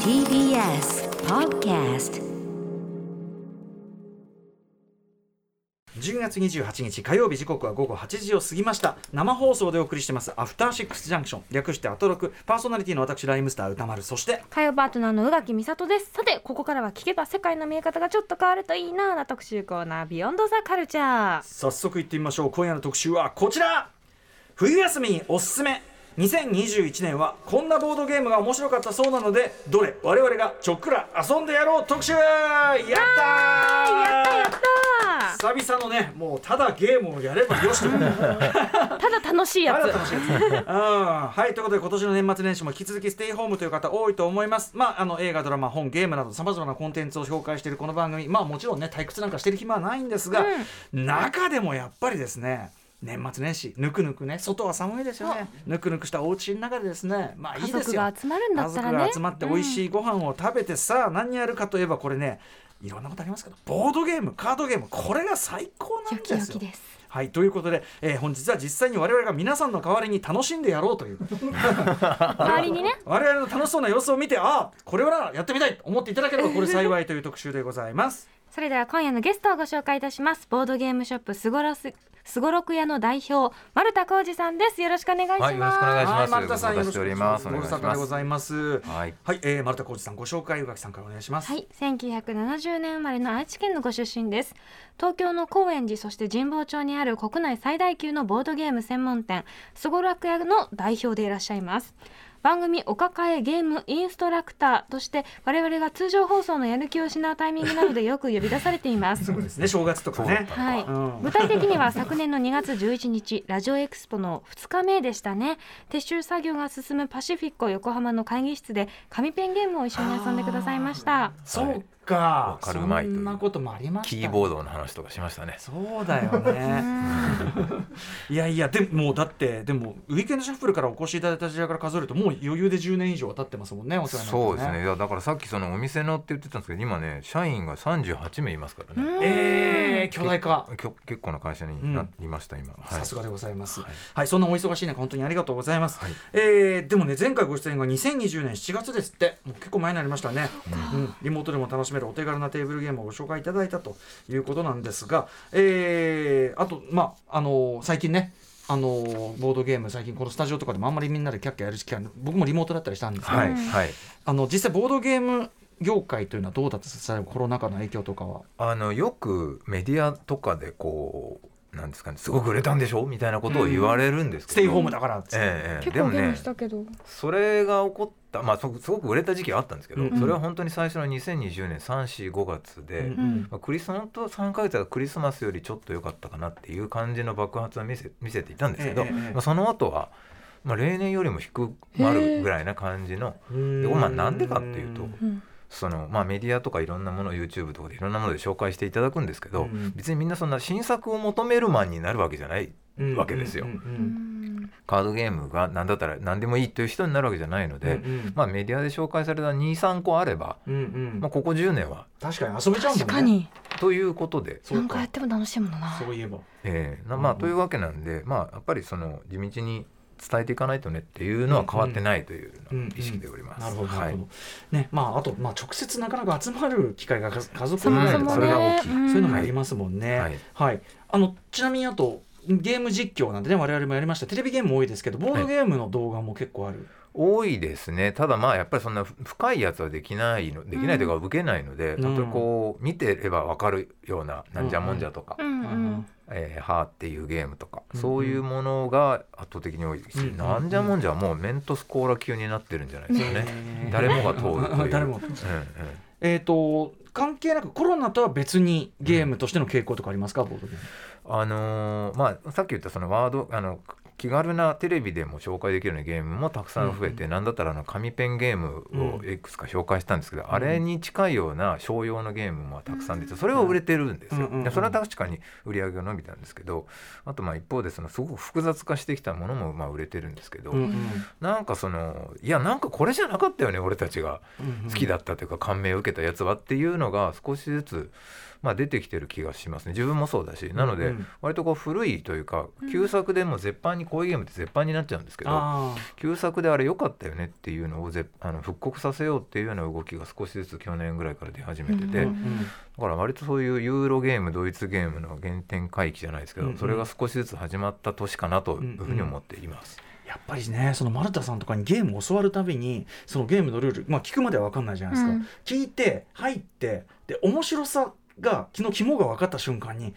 TBS Podcast 10月28日火曜日時刻は午後8時を過ぎました生放送でお送りしてますアフターシックスジャンクション略してアトロクパーソナリティの私ライムスター歌丸そして火曜パートナーの宇垣美里ですさてここからは聞けば世界の見え方がちょっと変わるといいなな特集コーナービヨンドザカルチャー早速行ってみましょう今夜の特集はこちら冬休みにおすすめ2021年はこんなボードゲームが面白かったそうなのでどれ我々がちょっくら遊んでやろう特集やったーやったやった久々のねもうただゲームをやればよしとただ楽しいやあつれは楽しいやつねうんはいということで今年の年末年始も引き続きステイホームという方多いと思いますまああの映画ドラマ本ゲームなどさまざまなコンテンツを紹介しているこの番組まあもちろんね退屈なんかしてる暇はないんですが、中でもやっぱりですね年末年始ぬくぬくね外は寒いですよねぬくぬくしたお家の中でですねまあいいですよ家族が集まるんだったらね家族が集まって美味しいご飯を食べてさ、何やるかといえばこれねいろんなことありますけどボードゲームカードゲームこれが最高なんよですきよよきですはい、ということで、えー本日は実際に我々が皆さんの代わりに楽しんでやろうという 周りにね我々の楽しそうな様子を見てああこれはならやってみたいと思っていただければこれ幸いという 特集でございます。それでは今夜のゲストをご紹介いたしますボードゲームショップすごろすすごろく屋の代表丸田浩二さんですよろしくお願いします、はいよろしくお願いしますはい、丸田さんよごろし無くお願沙汰しておりいしま。ますすご無沙汰でございます。はいはい、えー、丸田浩二さんご紹介宇垣さんからお願いします。はい、1970年生まれの愛知県のご出身です。東京の高円寺、そして神保町にある国内最大級のボードゲーム専門店、すごろく屋の代表でいらっしゃいます。番組お抱えゲームインストラクターとして我々が通常放送のやる気を失うタイミングなどでよく呼び出されています。そうですね、正月とかね。はい、うん具体的には昨年の2月11日ラジオエクスポの2日目でしたね撤収作業が進むパシフィッコ横浜の会議室で紙ペンゲームを一緒に遊んでくださいましたそうかわ。かるまいそというんなこともありましたキね。ーボードの話とかしましたね。そうだよ ね。いやいや、でも、だって、でも、ウィーケンドシャッフルからお越しいただいた時代から数えると、もう余裕で10年以上は経ってますもんね、お世話にそなうでっすてね。いやだからさっきそのお店のって言ってたんですけど、今ね社員が三十八名いますからね。ええー、巨大化。きょ結構な会社になりました、今。はいさすがでございます、はい。そんなお忙しい中、本当にありがとうございます。はいえーでもね、前回ご出演が2020年7月ですって、もう結構前になりましたね。うん、リモートでも楽しめるお手軽なテーブルゲームをご紹介いただいたということなんですが、えーあと、まあ、あのー最近ね。あのーボードゲーム最近このスタジオとかでもあんまりみんなでキャッキャやる時間僕もリモートだったりしたんですけど、はいはい。あの実際ボードゲーム業界というのはどうだったですかコロナ禍の影響とかは。あのよくメディアとかでこうなんですかね、すごく売れたんでしょみたいなことを言われるんですけど。ステイホームだからっつってええええでもね、けど、それが起こった、まあそすごく売れた時期はあったんですけど、うんそれは本当に最初の2020年3、4、5月で、うんんまあ、クリス本当3ヶ月はクリスマスよりちょっと良かったかなっていう感じの爆発は見せ見せていたんですけど、ええええまあ、その後は、まあ、例年よりも低くなるぐらいな感じのうんでまあなんでかっていうとうん、その、まあ、メディアとかいろんなものを YouTube とかでいろんなもので紹介していただくんですけど、うん別にみんなそんな新作を求めるマンになるわけじゃないうんわけですようんうんううんんカードゲームが何だったら何でもいいという人になるわけじゃないので、うんうんまあ、メディアで紹介された23個あれば、うんうんまあ、ここ10年は確かに遊べちゃうもんね確かにということでそ何う回かやっても楽しいものなそういえばええなうんまあというわけなんで、まあ、やっぱりその地道に伝えていかないとねっていうのは変わってないといううんのうはん意識でおります。なるほどなはるいほどねまああとまあ直接なかなか集まる機会が家家族そぐもらいそだもねからそれが大きいそういうのもんありますもんねははいいあのちなみにあとゲーム実況なんでね我々もやりましたテレビゲームも多いですけどボードゲームの動画も結構ある多いですねただまあやっぱりそんなふ深いやつはできないのできないというか受けないので、うん本当にこう見てれば分かるような「なんじゃもんじゃ」とか「うんうんえーはー」っていうゲームとか、うんそういうものが圧倒的に多いですし、うんなんじゃもんじゃ」はもうメントスコーラ級になってるんじゃないですかね。ね誰もが通るという 誰もうんうんえっと関係なくコロナとは別にゲームとしての傾向とかありますかボードゲームあのーまあさっき言ったそのワードあの気軽なテレビでも紹介できるようなゲームもたくさん増えて、うなんだったらあの紙ペンゲームをうんいくつか紹介したんですけど、んあれに近いような商用のゲームもたくさん出てそれは売れてるんですよ、うんうんでそれは確かに売り上げが伸びたんですけどあとまあ一方でそのすごく複雑化してきたものもまあ売れてるんですけど、うんうんなんかそのいやなんかこれじゃなかったよね俺たちがうんうん好きだったというか感銘を受けたやつはっていうのが少しずつ、まあ、出てきてる気がしますね自分もそうだしなのうで、んうん割とこう古いというか旧作でも絶版に近こういうゲームって絶版になっちゃうんですけどあー旧作であれ良かったよねっていうのをぜあの復刻させようっていうような動きが少しずつ去年ぐらいから出始めてて、うんううんんだから割とそういうユーロゲームドイツゲームの原点回帰じゃないですけど、うんうんそれが少しずつ始まった年かなというふうに思っています。やっぱりねその丸田さんとかにゲームを教わるたびにそのゲームのルール、まあ、聞くまでは分かんないじゃないですか、うん聞いて入ってで面白さが昨日肝が分かった瞬間に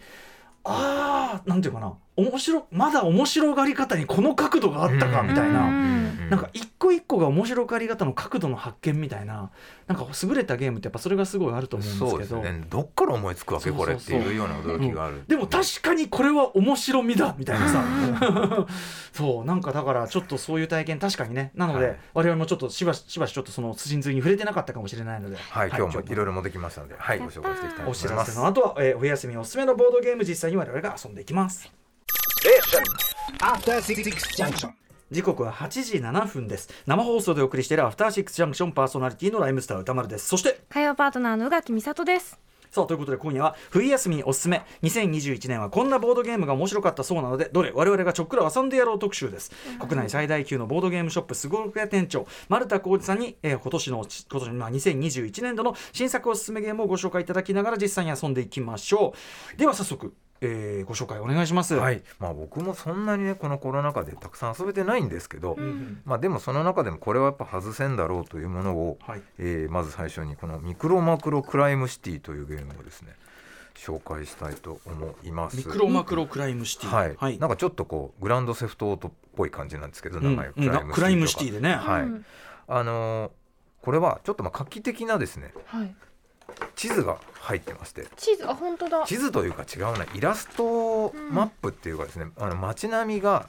ああなんていうかな面白まだ面白がり方にこの角度があったかうんみたいな。うんなんか一個一個が面白がり方の角度の発見みたいななんか優れたゲームってやっぱそれがすごいあると思うんですそうけですどねどっから思いつくわけそうそうこそれうっていうような驚きがある、でも確かにこれは面白みだみたいなさそうなんかだからちょっとそういう体験確かにねなので、はい我々もちょっとしばししばしちょっとその真髄に触れてなかったかもしれないので、はい、今日もいいろいろ持ってきましたので、はい、やごったー紹介していきたいとお思い知らませす。の後は、えー、お休みおすすめのボードゲーム実際に我々が遊んでいきます After Six Junction. 時刻は8時7分です生放送でお送りしているアフターシックスジャンクションパーソナリティのライムスター歌丸ですそして火曜パートナーの宇垣美里ですさあということで今夜は冬休みにおすすめ2021年はこんなボードゲームが面白かったそうなのでどれ我々がちょっくら遊んでやろう特集です国内最大級のボードゲームショップすごろく屋店長丸田浩二さんに、えー今年の今年、まあ、2021年度の新作おすすめゲームをご紹介いただきながら実際に遊んでいきましょうでは早速、えーご紹介お願いします、はい、まあ、僕もそんなにね、このコロナ禍でたくさん遊べてないんですけど、うんまあ、でも、その中でも、これはやっぱ外せんだろうというものを。はいえーまず最初にこのミクロマクロクライムシティというゲームをですね紹介したいと思います。ミクロマクロクライムシティはい、なんかちょっとこうグランドセフトオートっぽい感じなんですけど、名前がうんうんクライムシティでとね、かはい、うんあのーこれはちょっとまあ画期的なですねはい地図が入ってましてチーズあ本当だ地図というか違うなイラストマップっていうかですね、あの街並みが、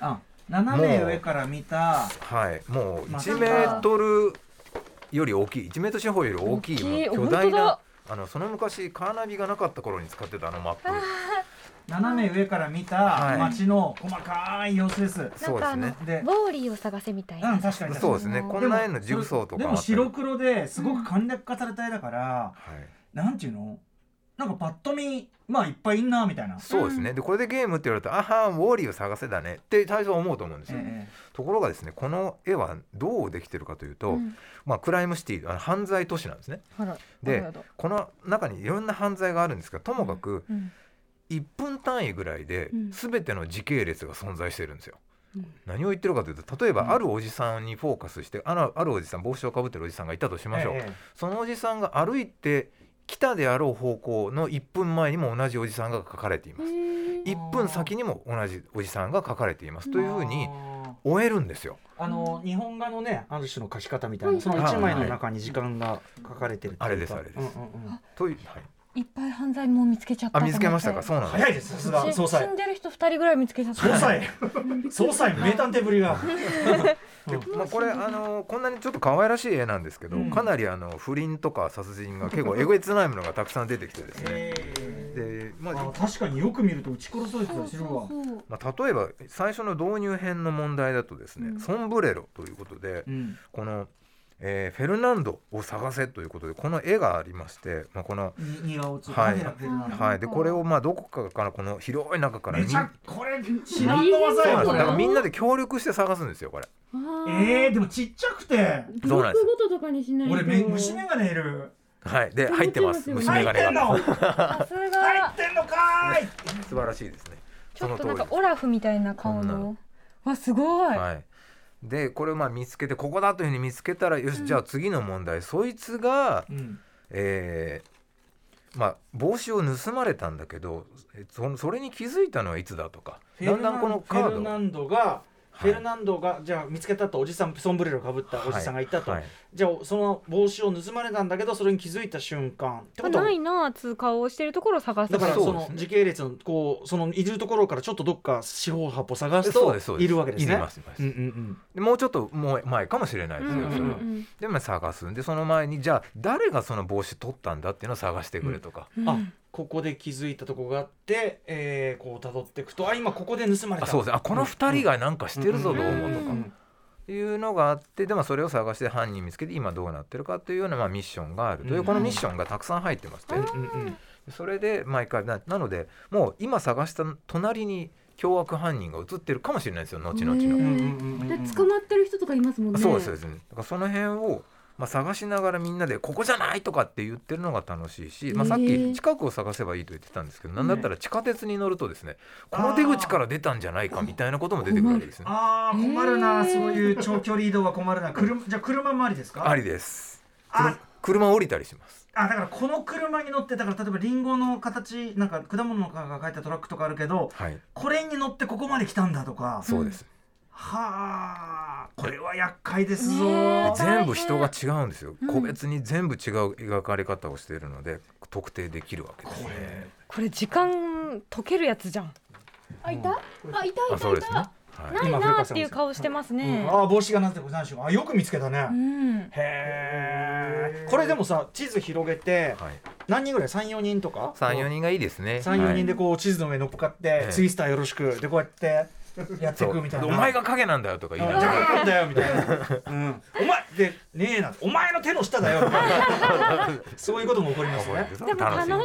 あ斜め上から見たはい、もうまあ1メートルより大きい1メートル四方より大きい大きいもう巨大本当だなあのその昔カーナビがなかった頃に使ってたあのマップ斜め上から見はたい街の細かい様子です。そうですねで、ボーリーを探せみたいな、うん確かにそうですねこんな絵の重曹とかであもったり白黒ですごく簡略化された絵だから、はいなんていうのなんかパッと見まあいっぱいいんなみたいな、そうですね、でこれでゲームって言われると「あはんウォーリーを探せだね」って大将は思うと思うんですよ、えところがですねこの絵はどうできてるかというと、うんまあ、クライムシティあの犯罪都市なんですねあらでなるほどこの中にいろんな犯罪があるんですがともかくうん1分単位ぐらいでうん全ての時系列が存在してるんですよ。うん何を言ってるかというと例えうばんあるおじさんにフォーカスして、あのあるおじさん帽子をかぶってるおじさんがいたとしえましょう、ええそのおじさんが歩いて来たであろう方向の1分前にも同じおじさんが書かれています、1分先にも同じおじさんが書かれていますというふうに終えるんですよあの日本画のねある種の描き方みたいな、はいその一枚の中に時間が書かれてるっていうかあれですあれですうんうんうんという、はい、いっぱい犯罪も見つけちゃったあと思見ってつけましたかそうなんです早いですさすがし総裁死んでる人二人ぐらい見つけちゃった総裁総裁名探偵ぶりがでまあ、これあのこんなにちょっと可愛らしい絵なんですけど、うんかなりあの不倫とか殺人が結構えぐいつないものがたくさん出てきてですね、ええでまああ確かによく見ると打ち殺そうとするわ。そうそうまあ、例えば最初の導入編の問題だとですね、うんソンブレロということで、うんこの、えーフェルナンドを探せということでこの絵がありまして、まあ、この、に似顔つはカいメラ出るなはい、でこれをまあどこかからこの広い中からめみちゃこれ知ららんんのの技技そうやなんこですよだれか。らみんなで協力して探すんですよこれ。あーえー、でもちっちゃくてそうなんですブロックごととかにしないと俺め虫眼鏡いるはい、で入ってます入って虫ま眼入ってん鏡の入がっさすがてんのかーい素晴らしいですね。ちょっとそなんの通りかですオラフみたいな顔こんのわすごい、はい、でこれをまあ見つけてここだというふうに見つけたらよしじゃあ次の問題、そいつが、うんえーまあ、帽子を盗まれたんだけどえそそれに気づいたのはいつだとかだんだんこのカフェルーナドンドがフはェいルナンドがじゃあ見つけたとおじさんソンブレロかぶったおじさんがいたと、はいはいじゃあその帽子を盗まれたんだけどそれに気づいた瞬間ってことはないなーつう顔をしてるところを探すだからそうそですねの時系列のこうそのいるところからちょっとどっか四方八方探すそうとですそうですいるわけですね。いますいますうんうんでもうちょっともう前かもしれないですけど、うんうんそれはうんでまあ探すんでその前にじゃあ誰がその帽子取ったんだっていうのを探してくれとか、うん。あここで気づいたとこがあって、えー、こう辿っていくとあ今ここで盗まれたあそうですねあこの2人がなんかしてるぞどうもとうんかうんっていうのがあってでもそれを探して犯人見つけて今どうなってるかというようなまあミッションがあるという、うんこのミッションがたくさん入ってまして、うんうんうんそれで毎回ななのでもう今探した隣に凶悪犯人が映ってるかもしれないですよ後々ねの。で捕まってる人とかいますもんね。そうですそうですねだからその辺をまあ探しながらみんなで「ここじゃない!」とかって言ってるのが楽しいし、まあ、さっへえき近くを探せばいいと言ってたんですけどなんだったら地下鉄に乗るとですねこの出口から出たんじゃないかみたいなことも出てくるわけですね。ああ困るな、へーそういう長距離移動は困る な車じゃあ車もありですかありですあ車降りたりします。あだからこの車に乗ってだから例えばリンゴの形なんか果物の皮が書いたトラックとかあるけどはい、これに乗ってここまで来たんだとかそうです。はあこれは厄介ですぞ、ねえ全部人が違うんですようん。個別に全部違う描かれ方をしているので特定できるわけですこれね。これ時間解けるやつじゃん。あいた？あいたあ、いたそういですね。た。はい。ないなっていう顔してますね。ああ帽子がなぜてございましょうかあよく見つけたね、うん。へえこれでもさ地図広げてはい。何人ぐらい34人とか三四人がいいですね。 34人ではこう地図の上に乗っかって、ええツイスターよろしくでこうやってやっい。ていそうくみたいなお前が影なんだよとか言いながら。なんだよみたいな、うん、お前でねえなお前の手の下だ よみたいなそういうことも起こりますねででも楽しそう。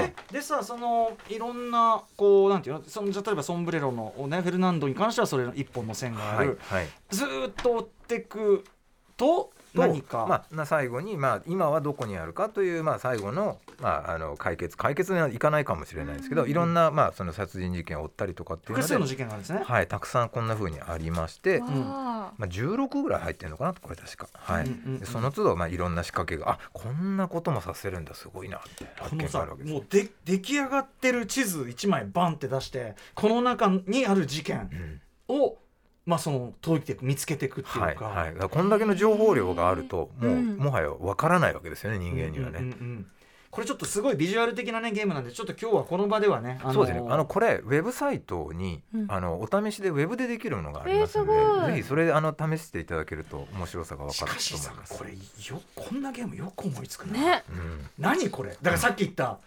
えでさそのいろんなこうなんていうのそのじゃあ例えばソンブレロの、ね、フェルナンドに関してはそれの一本の線があはる、い。はい。ずーっと追ってくとと何か、まあ、な最後に、まあ、今はどこにあるかという、まあ、最後の,、まあ、あの解決解決にはいかないかもしれないですけど、いろんな、まあ、その殺人事件を追ったりとかって複いうので数の事件があるんですね。はい、たくさんこんなふうにありまして、んわあまあ、16ぐらい入ってるのかなこれ確か、はいうんうんうんでその都度、まあ、いろんな仕掛けがあこんなこともさせるんだすごいなってこ発見のがあさるわけですもうで出来上がってる地図1枚バンって出してこの中にある事件うんを、まあ、その解いていく見つけていくっていうか、はいはい、だからこんだけの情報量があるともう、うんもはやわからないわけですよね人間にうんうんはね。うんうんこれちょっとすごいビジュアル的なねゲームなんでちょっと今日はこの場ではね、あのーそうですね、あのこれウェブサイトに、うんあのお試しでウェブでできるのがありますのえーすごで、いぜひそれであの試していただけると面白さがわしかるかしとさ思います。これよこんなゲームよく思いつくな、ね。うん、何これだからさっき言った、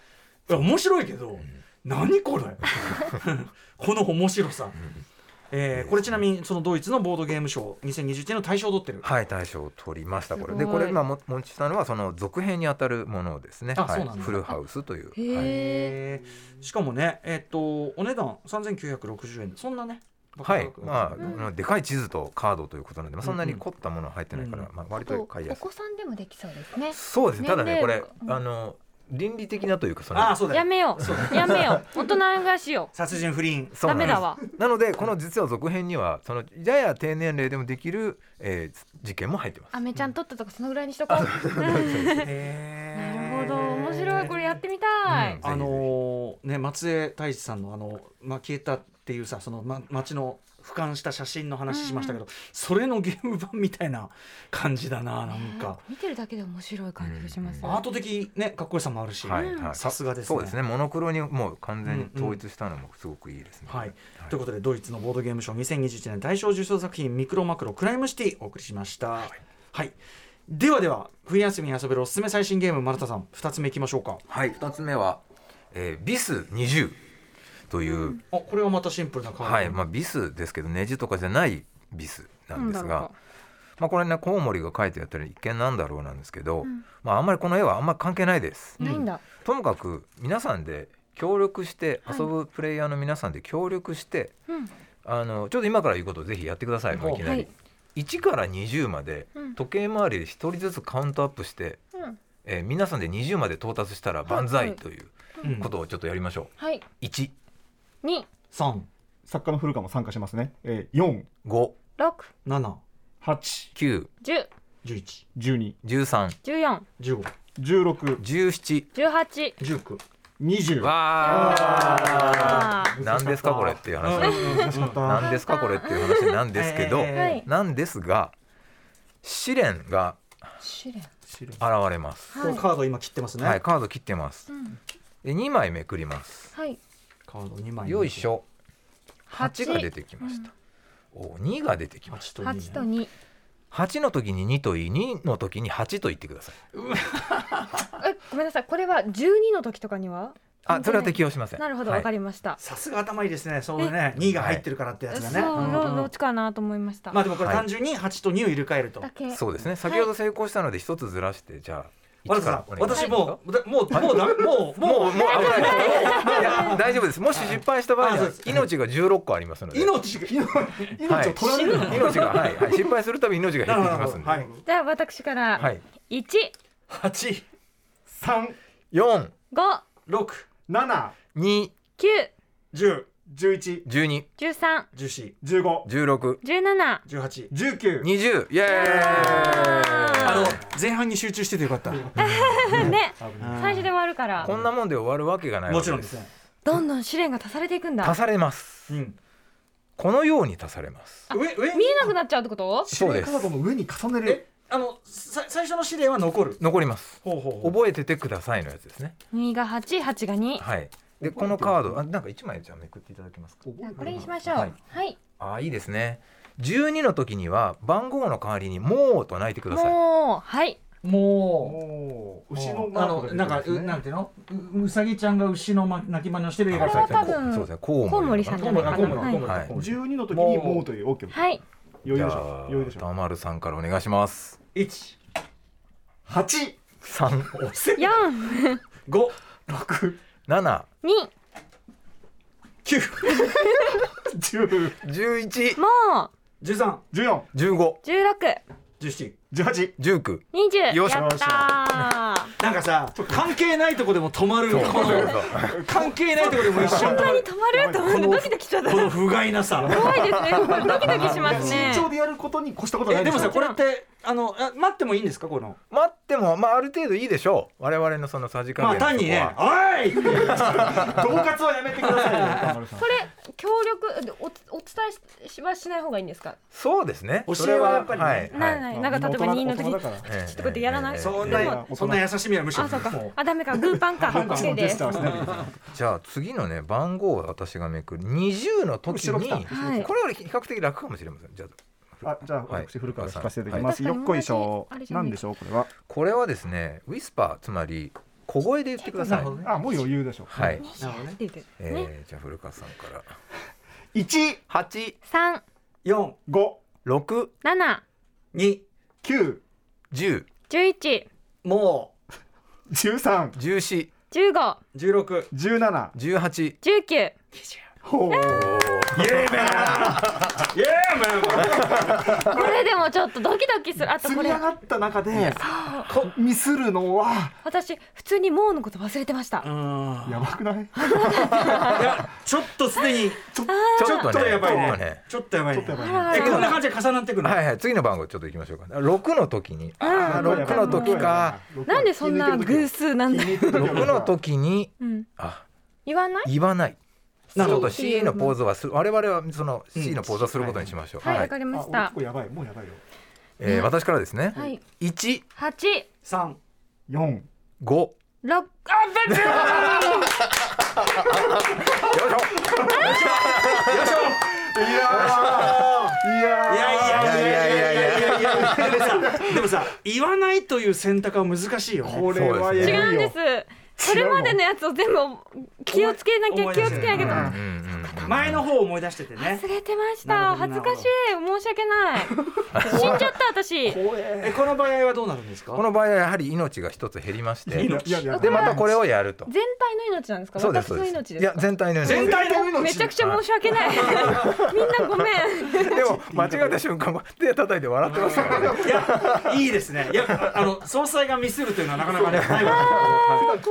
いや面白いけど、何これこの面白さ、えーこれちなみにそのドイツのボードゲーム賞2021年の大賞を取ってる、はい大賞を取りましたこれすでごいこれ今もお持ちしたのはその続編にあたるものですね。あはそうい、なんだフルハウスという。はいへえ。えーしかもねえっとお値段3960円そんなねはい、まあ、うんまあでかい地図とカードということなんで、まあ、そんなうにんうん凝ったものは入ってないから、うまあ、あ割とと買いおやすい。子さんでもできそうですね。そうですね、ただ年ね、こ齢れが、あの、倫理的なというか、そあのあ。そうだやよめよう。やめよう。大人がしよ殺人不倫う。そうダなんでメすだわ。なのでこの実は続編にはそのやや低年齢でもできる、えー事件も入ってます。アメちゃん取ったとかそのぐらいにしとこう。うんななるほど。面白いこれやってみたい。あのーね松江太一さんのあのまあ消えたっていうさそのま街の俯瞰した写真の話しましたけど、それのゲーム版みたいな感じだななんか、見てるだけで面白い感じがします。アート的ねかっこよさもあるし、はいうんはい、さすがですねそうですねモノクロにもう完全に統一したのもすごくいいですね。はい、ということでドイツのボードゲーム賞2021年大賞受賞作品「ミクロマクロクライムシティ」お送りしました、はいではでは冬休みに遊べるおすすめ最新ゲーム丸田さん2つ目いきましょうかはい、2つ目は、えービス20という、あこれはまたシンプルな感じ、はいまあ、ビスですけどネジとかじゃないビスなんですなんだろうがか。まあ、これねコウモリが描いてやったら一見なんだろうなんですけど、まあ、あんまりこの絵はあんまり関係ないです。ないんだ。ともかく皆さんで協力して遊ぶプレイヤーの皆さんで協力して、うんあのちょっと今から言うことをぜひやってくださいもういきなり、は1から20までうん時計回りで1人ずつカウントアップして、うんえー皆さんで20まで到達したらはい万は歳いといううんことをちょっとやりましょはいう1二3作家の古川も参加しますね、えー、 5六7 4 9十11 8 13十四15 17 121620十八19わあー何ですかこれっていう話、難しかった、何ですかこれっていう話なんですけえど、ーはいなんですが試練が試練現れます、このカード今切ってますね、はい、カード切ってますうんで2枚めくりますはいカード2枚よいしょ八8が出てきました、お2が出てきまし8と2、ね、八と二た8の時に2と言い2の時に8と言ってくださいえごめんなさいこれは十二の時とかにはあそれは適用しませんなるほどはわいかりましたさすが頭いいですねそうね2が入ってるからってやそつうがね、うんどうんうどっちかなと思いましたまあだでもこれ単純に8と2を入れ替えると、けそうですね先ほど成功したので1つずらしてじゃあ和田さん、私もう、だもう、もうだめ、もう、もうももうう、危ないいや大丈夫ですもし失敗した場合にはあそうです命が16個ありますので命が、 命はい命を取られるの命がはいはい失敗するたびに命が減ってきますんでなるはほじゃあ私からい1、八、三4 5、六、七2 9、十、十一12 13、十四、十五16 17。十八。十九20イエーイあの、前半に集中しててよかった。ね、危ない最初で終わるからこんなもんで終わるわけがないもちろんです。どんどん試練が足されていくんだ足されますうん。このように足されます上、上見。えなくなっちゃうってことそうです白いカードの上に重ねるえ、あの、さ、最初の試練は残る。残りますほうほうほう。覚えててくださいのやつですね2が8、8が2はいでこのカードあなんか1枚じゃあめくっていただけますかこれにしましょうははいい、あーいいですね12の時には番号の代わりに「もう」と泣いてくださいもうはいもう。もう牛牛ののあマーのクがなんか出てますうねなんていうのううさぎちゃんが牛のま鳴き真似をしてる映画これは最多近分そうですねココウウモモリリささんんじじゃゃなあないいかコウなモリコウはいモはい十二の時にもうというオッケー。はい余じ裕ゃでしょ。あ余裕でしょ。歌丸さんからお願いします一八三4、五七2、九十十一もう十三十四十五16、十七十八。十 九20よっしゃやったーなんかさ関係ないとこでも止まるこの関係ないとこでも一瞬止ま本当るに止まると思ってドキドキしちゃったこの不甲斐なさ怖いですねこれドキドキします ね慎重でやることに越したことはなえいででもすさよ。これってあのあ待ってもいいんですかこの待ってもまあある程度いいでしょう我々のそのさじ加まあ減の単にねそこはおいって同活はやめてくださいよ歌丸さん。これ協力おお伝えしはしない方がいいんですか。そうですね教えはそれやっぱりねはいならはいないまあなんか例えば大人2の時大人にだからええちょっとこうやってやらないええええそんでなもそんな優しみはむしろあそうかもあダメかグーパンかハンカチ OK のでジすェスチャーをしないといけないじゃあ次のね番号を私がめくる20の時後ろ来たにはいこれより比較的楽かもしれませんじゃああじゃあはい私古川さん聞かせていただきます。はいよっこいしょ確かに同じ。あれじゃなないんでしょうこれは。これはですねウィスパーつまり小声で言ってくだなさるいほどねあもう余裕でしょ。はい、なるほどねえねー、じゃあ古川さんから一八3、四五六7、二九十11、も十三十四15、う十六十七。十八19、ほう。イエーメンイエーメンこれでもちょっとドキドキするあと積こみれ上がった中でこミスるのは私普通にもうのこと忘れてましたうんやばくない？いやちょっとすでにちょっちょっとやばいちょっとねちょっとやばいちょっとねやばいあらね。えこんな感じで重なってくるのはいはい次の番号ちょっといきましょうか六の時にあー六六の時か。なんでそんな偶数なんだ、六の時にうん、あ言わない言わないちなるょほっどと C のポーズはする我々はその C のポーズはすることにしましょう、はい、わいかりあま俺し結た構やばいもうやばいよ。えー、私からですねはい、一八、三四五六、あ、ブブよいしょいやーいいやいやいやいやいやいややいやでもさでもさ言わないという選択は難しいよねこれはやばい 違ようんです。それまでのやつを全部気をつけなき思ゃい気出をせつけなきうゃんうんうんと。前の方を思い出しててね忘れてましなるほどた。恥なるほどずかしい。申し訳ない。死んじゃった私。怖ええこの場合はどうなるんですこかの場合はやはり命が一つ減りましていやいやでまたこれをやると全体の命なんですか。そうです私そのうで命すでいすやか。全体の全体のめちゃくちゃ申し訳ない。みんなごめん。でも間違えた瞬間手叩いて笑ってますからねいやいいですねいやあの総裁がミスるというのはなかなかねないわ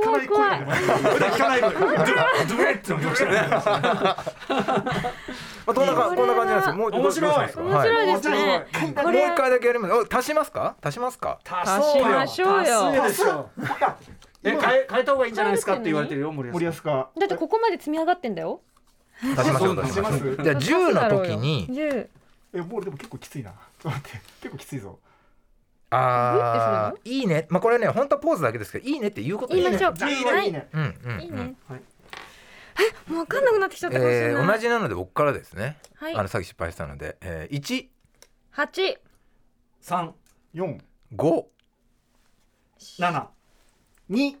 かなり声がけ普段聞かないからドゥドゥレッてのきましたねまあこんな感じこんな感じなんですよもう面白いどうしますか面白いですね。はいもうこれ一回だけやりますお足しますか足しますか足そうよ足しましょうよ足すでしょえ変え変えた方がいいんじゃないですかって言われてるよ森保森保かだってここまで積み上がってんだよ。足しましょうそう足しましょう足しますじゃあ10の時に十。えもうでも結構きついなちょっと待って結構きついぞあーいいねまあこれね本当はポーズだけですけどいいねって言うこと言いまねしょう。いいはねいいい。ねうんうんいいうねん。はいもうわかんなくなってきちゃったかもしれえない。ー同じなので僕からですねはいあのさっき失敗したのでえー1八三四5七二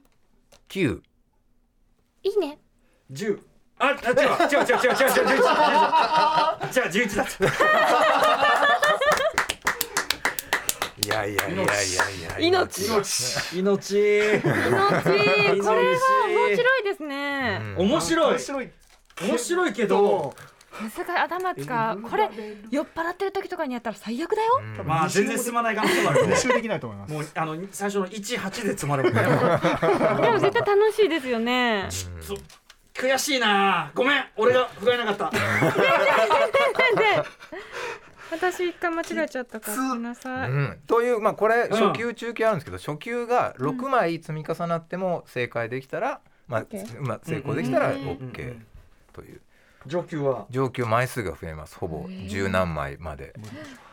9いいね。十あ違う違う違う違う違う違う違う違うじゃあ十一だったいやいやいやいやいやいや命命命命これは面い白いですね、うん面白い面白い面白いけど難しい頭使うこれ酔っ払ってる時とかにやったら最悪だようんまあ全然進まない可能性もあるね練習できないと思いますもうあの最初の18で詰まるもんねでも絶対楽しいですよねそう悔しいなごめん俺が不甲斐なかったで私一回間違えちゃったからごめんなさい、うんというまあこれん初級中級あるんですけど初級が6枚積み重なっても正解できたらまあ OK まあ成功できたらうん OK という上級は上級枚数が増えますほぼ十何枚まで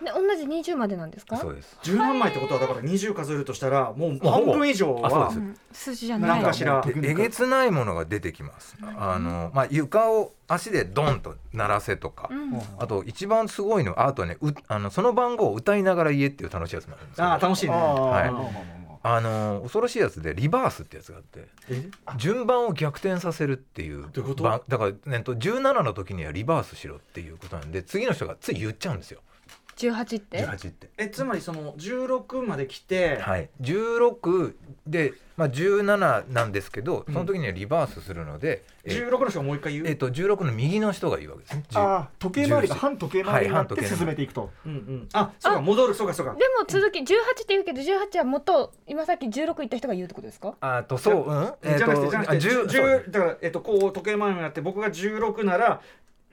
で同じ20までなんですかそうです十何枚ってことはだから20数えるとしたらもうあほ半ぼ分以上あそうはです数字じゃななんいかしらでえげつないものが出てきますあのまあ床を足でドンと鳴らせとかうんあと一番すごいのはあとねうあのその番号を歌いながら言えっていう楽しいやつもあるんですけどあー楽しいねはいまあまあまあのー恐ろしいやつでリバースってやつがあってえ順番を逆転させるっていうどういうことばんだから、ね、と17の時にはリバースしろっていうことなんで次の人がつい言っちゃうんですよ18って18って。えつまりその16まで来てはい、16で、まあ、17なんですけどその時にはリバースするので、えー16の人がもう一回言えーうと16の右の人が言うわけですね。ああー時計回りが10反時計回りになっはいて反時計回り進めていくとうんうんあそうか戻るそうかそうかでも続き18って言うけど18は元今さっき16言った人が言うってことですかあーとそう、うんえーじゃとなくてじゃなくあて10 10そうだからえっとこう時計回りになって僕が16なら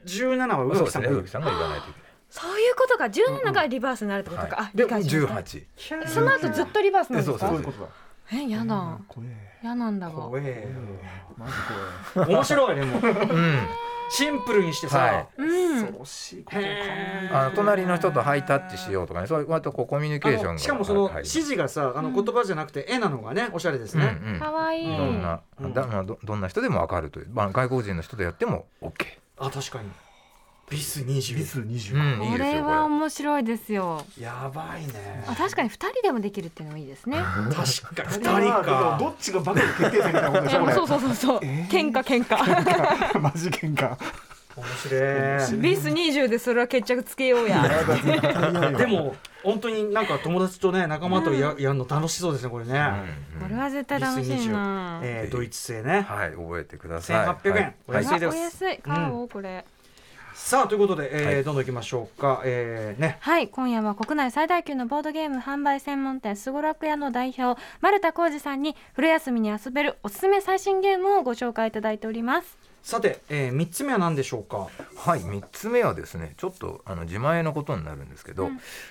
17はそ上うで木すさんねが言植う木さんが言わないといそういうことか17がリバースになるってこけとなかい、、あで理解しました18その後ずっとリバースなんですえそかういうことだえやだ怖えやなんだわ怖え怖よえマジ面白いねもううんシンプルにしてさはうん怖え恐ろしいことを考えあの隣の人とハイタッチしようとかねそういう割とこうコミュニケあーションのがしかもそのはい入指り示がさあのうん言葉じゃなくて絵なのがねおしゃれですうんうねんかわいい、ういろんな、うんだまあ、どどんな人でもわかるという、まあ、外国人の人とやっても OK、あ確かにビスビ20ス20うん、いいこですれよはこ面白いですよやばいねあ確かに二人でもできるっていうのもいいですね確かに二2人かどっちがバカに決定戦みたいなことでいしやょこもうれそうそうそうそう、えー喧嘩喧 嘩マジ喧嘩面白いビス20でそれは決着つけようやでも本当になんか友達とね仲間とや,、やるの楽しそうですねこれね、うんこれは絶対楽しいな、えードイツ製ねはい覚えてください1800円、おはい安はいうでわおす、安い買おうこれ、さあということで、えーはいどんどんいきましょうかえー、ねはい今夜は国内最大級のボードゲーム販売専門店すごろく屋の代表丸田浩二さんに冬休みに遊べるおすすめ最新ゲームをご紹介いただいておりますさて、え3つ目は何でしょうかはい、3つ目はですねちょっとあの自前のことになるんですけど、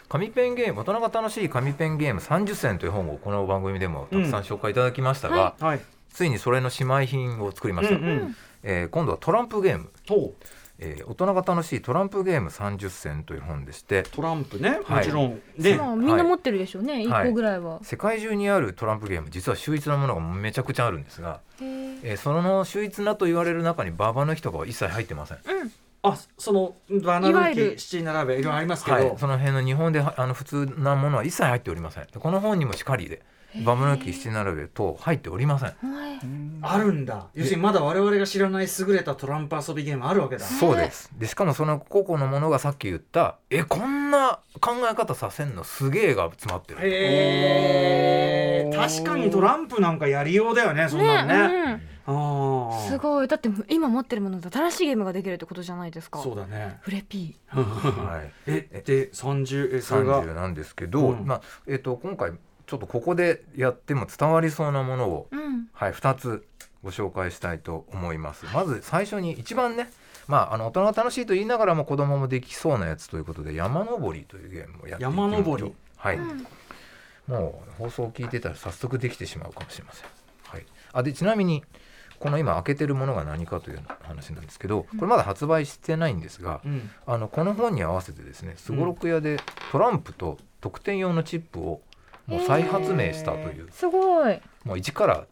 紙ペンゲーム大人が楽しい紙ペンゲーム30選という本をこの番組でもたくさん紹介いただきましたが、うんははいついにそれの姉妹品を作りまうんしうた、んえー今度はトランプゲームとえー大人が楽しいトランプゲーム30選という本でしてトランプねはもいちろん、でまあみんな持ってるでしょうね一はい個ぐらいは世界中にあるトランプゲーム実は秀逸なものがめちゃくちゃあるんですが、うんえーその秀逸なと言われる中にババ抜きとかは一切入ってません、あそのバナいわナゆキる七並べいろいろありますけど、はい、その辺の日本ではあの普通なものは一切入っておりませんでこの本にもしかりでババ抜き七並べと入っておりませんはいあるんだ要するにまだ我々が知らない優れたトランプ遊びゲームあるわけだそうですでしかもその個々のものがさっき言った「えこんな考え方させんのすげえ」が詰まってるへえお確ーかにトランプなんかやりようだよねそんなのねねうんああすごいだって今持ってるものと新しいゲームができるってことじゃないですかそうだねフレピはい えで30えそれが30なんですけど、うんまあえっと今回ちょっとここでやっても伝わりそうなものを、ーうんはい、2つご紹介したいと思います。まず最初に一番ね、まあ、あの大人が楽しいと言いながらも子供もできそうなやつということで山登りというゲームをやっていきましょう山登りはい、もう放送を聞いてたら早速できてしまうかもしれません。はい、あでちなみにこの今開けてるものが何かという話なんですけどこれまだ発売してないんですが、うんあのこの本に合わせてですねすごろく屋でトランプと特典用のチップをもう再発明したという、すごいもう一から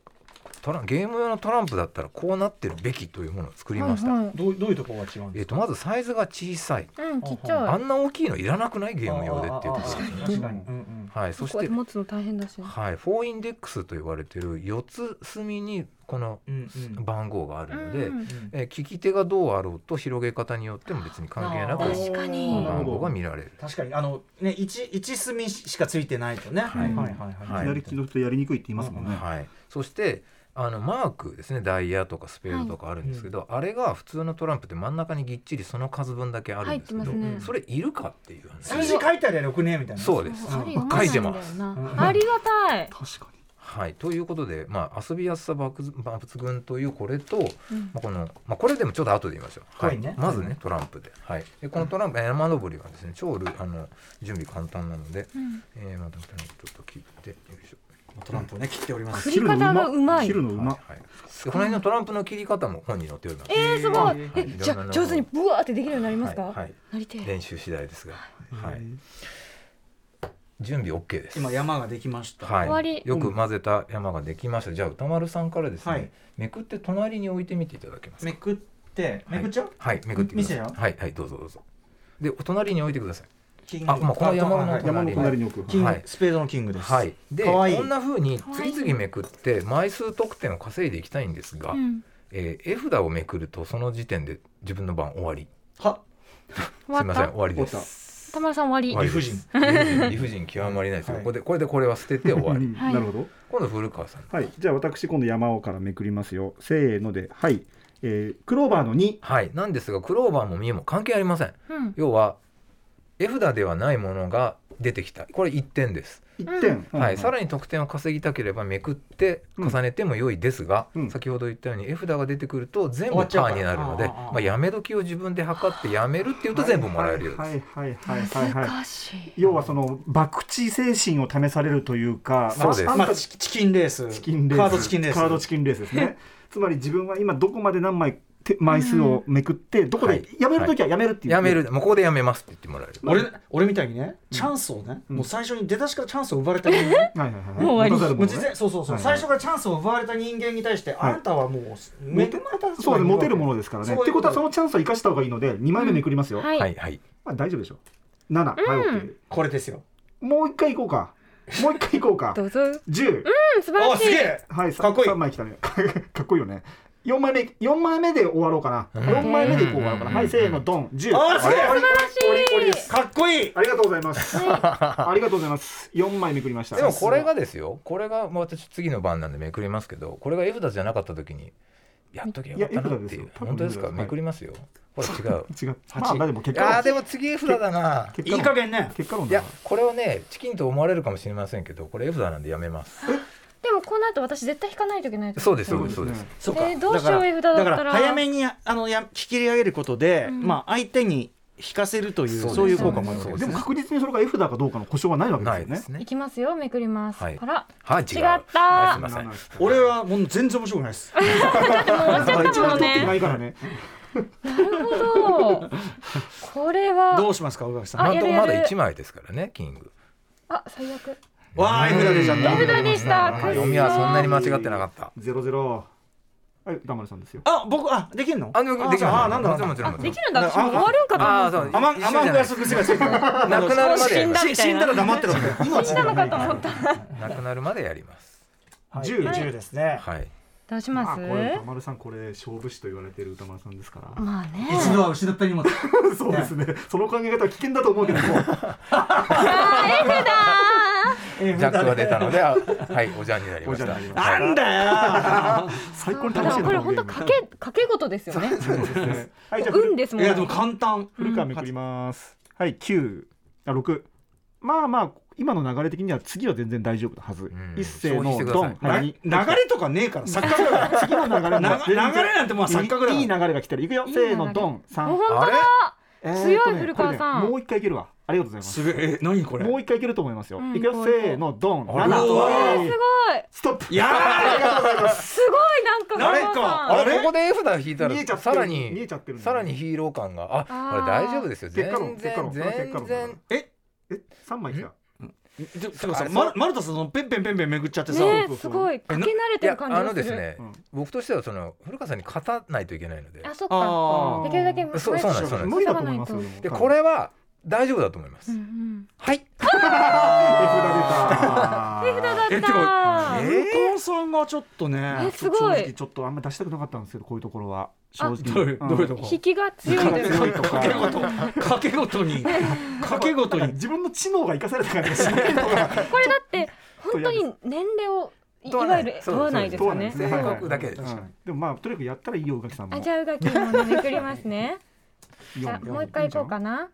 トランゲーム用のトランプだったらこうなってるべきというものを作りました、はいはいどうどういうところが違うんえですー、とまずサイズが小さいうんちっちゃあいんな大きいのいらなくないゲーム用でっていうあところー確にかにうんうんはい、そこしうやってて持つの大変だしはい、フォーインデックスと言われてる四つ隅にここのうんうん番号があるので、うんうんえー聞き手がどうあろうと広げ方によっても別に関係なあー確くかにうん番号が見られる。確かにあのね一一隅しかついてないとね。はいはいはい左利きの人やりにくいって言いますもんね。はい、そしてあのマークですねダイヤとかスペードとかあるんですけど、あれが普通のトランプって真ん中にぎっちりその数分だけあるんですけど入ってますねそれいるかっていう数話字書いてありゃよくねみたいな。そうです、うんそれ書いてます読まないんだようんなありがたい。確かはい、ということで、まあ、遊びやすさ抜群というこれと、まあ、この、まあ、これでもちょっと後で言いましょう、ははいいねまずねトランプで,、はい、でこのトランプ山登りはですね超ルあの準備簡単なので、うんえーまたちょっと切ってよいしょ。トランプをね切っております。に。振り方がうまい切るのうはいはまい。、でこの辺のトランプの切り方も本に載ってるので、えー、すご。はいはえ、いじゃあ上手にブワーってできるようになりますか。はいはい、なりてえ。練習次第ですが、ははいい、準備 OK です。今山ができました。はい、終わりよく混ぜた山ができました。じゃあ歌丸さんからですね、はいめくって隣に置いてみていただけますか。めくってめくっちゃう？はい、めくってくださ見せい。よはい、はい、どうぞどうぞ。で、お隣に置いてください。キンあまあこの山のはい山の隣に置く。キングはいスペードのキングです。はい。で、かわいいこんな風に次々めくって枚数得点を稼いでいきたいんですが、うん。えー絵札をめくるとその時点で自分の番終わり。は終すわみません、っ終わりで終わっす。た。田村さん終終わわり。りです理不。理不尽極まりないですけど、はいこれでこれでこれは捨てて終わうり。んはいなるほど。今度古川さん。はい。じゃあ私今度山尾からめくりますよ。せーので、はい。えークローバーの2。はい。なんですが、クローバーもミエも関係ありません。うん。要は絵札ではないものが出てきたこれ1点です、 1点。はい、さに。らに得点を稼ぎたければめくってうん重ねても良いですが、うん先ほど言ったように絵札が出てくると全終わ部っちゃうパからーになるのであーあーあーまあ、やめ時を自分で測ってやめるっていうと全部もらえるようではす、いはいはいはいはい。難しい。要はその博打精神を試されるというか、そうですまあまあチチキンレース。チキンレースカードチキンレース。カードチキンレースですねつまり自分は今どこまで何枚手枚数をめくって、どこはでいやめるときはやめるっていう、やめるもうここでやめますって言ってもらえる、俺俺みたいにね、チャンスをね、うんもう最初に出だしからチャンスを奪われた人間、はいはいはいもう終わり持たざるもう者事ね前そうそうそう、はいはい最初からチャンスを奪われた人間に対して、はいあなたはもうモめテくまれた人がそうねいわモけテるものですからそねうっいうことてことはそのチャンスを生かした方がいいので2枚目めくりますよ、は。はいいはいまあ、大丈夫でしょう7、はいうん OK これですよもう一回いこうかもう一回いこうかどうぞ。うん、 10、素晴あらすしいげ。えはいさかっこいい3枚きたね かっこいいよね4枚目四枚目で終わろうかな、うん四枚目でいこう終わろうかな、うんはいせーのドン10あーすげえあれこれですかっこいいありがとうございます。ありがとうございます。四枚めくりました。でもこれがですよこれが、まあ、私次の番なんでめくりますけどこれが絵札じゃなかった時にやっときゃよかったなっいや絵札てですいよう本当ですかはいめくりますよこれ違う違う。八まあまあでも 結果あ論ーでも次絵札だな結い果い論加減ね結果論いだやな。これをねチキンと思われるかもしれませんけどこれ F だなんでやめますでもこの後私絶対引かないといけないとそうですそそううでですすそうでそうえす。ねーどうしよだかうら絵札だったらだから早めにあのや切り上げることで、うんまあ相手に引かせるというそうそういでうす効果もあるわそけうでですでも確実にそれが F だかどうかの故障はないわけなでいすよでねす。ねいきますよ。めくります。はいあら。はい違う違ったはいすいまなせらんない俺はもう全然面白くないですあだからな一たも番取ってね。ないからね。なるほど。これどは。うしますか宇垣さんあなんやとるまやるだ1枚ですからねキングあ、最悪。わあ絵札出ちゃった絵札でしたうんかわいい読みはそんなに間違ってなかったゼロゼロ。はい、ダマルさんですよ。あ僕あできるのあでもできますあなんだなんだもちろんもちろでんきるんだ。私も終わるんかと思ああった。そう甘一緒じゃ甘なくいやす癖がついてるななくなるまでや死りんまだみたすい死んだらな。黙ってろみたいな今死んだのかと思った。なくなるまでやります10、はい10ですね、はいどうしまあ、すこれダマルさんこれ勝負師と言われてる歌丸さんですから。まあね。一度は失った荷物 そうですね。その考え方は危険だと思うけども。えージャックが出たのであはいおじゃんになりましおじゃたんになりまなはいんだ最高にで楽もしいなこれ本当賭け賭け事ですよね。そうですねはい、じゃあ運ですよもいん。やでも簡単古川めくります。はい、九、あ、六。まあまあ、今の流れ的には、次は全然大丈夫なはず。ん一斉そうのしてくだドさいン。なはい流れとかねえから錯覚だか次の流 れらならな流れなんてもう錯覚だいいいいか流れが来てる。いくよ。いい流れせーの、ドン。もう三。本あれえーっと強いねこれね古川さんもう一回いけるわ。ありがとうございらます。すげええ何これもう一回いけると思いますよ。うんいくよ。こうこうせーの、ドン。あれ七。うわは当いすストップ。いやすごいなんかなんかああれれここで F だ引いた見えちゃっらさてるら見えにちゃってるんださらにヒーロー感がああーこれ大丈夫ですよ結全果論結然果論結果全論だから然ええ、三枚来た。えでてかあされまマルタさんそのペンペンペンペンめぐっちゃってさ、ねそうそうすごいかけ慣れいてやる感じがあする。のですね、うん僕としてはその古川さんに勝たないといけないのであそっか。あできるだけそうそうなんですそうなん無理だと思いますよ。急がでもでこ。れは大丈夫だと思います。んはい。手札あだったえてか、えールーコンさんがちょっとねえ、すごい正直ちょっとあんま出したくなかったんですけどこういうところは正直どういうどういうとこ引きが強いという強いと掛かけ事、掛け事に、掛け事に。自分の知能が生かされた感じがしない のがこれだって本当に年齢をいいわゆる問わないですよね問わない性格だけでうすかんでもまあとにかくやったらいいよ宇垣さんもあじゃあうがきもめくりますねイじオンゃあもう一回行こうかな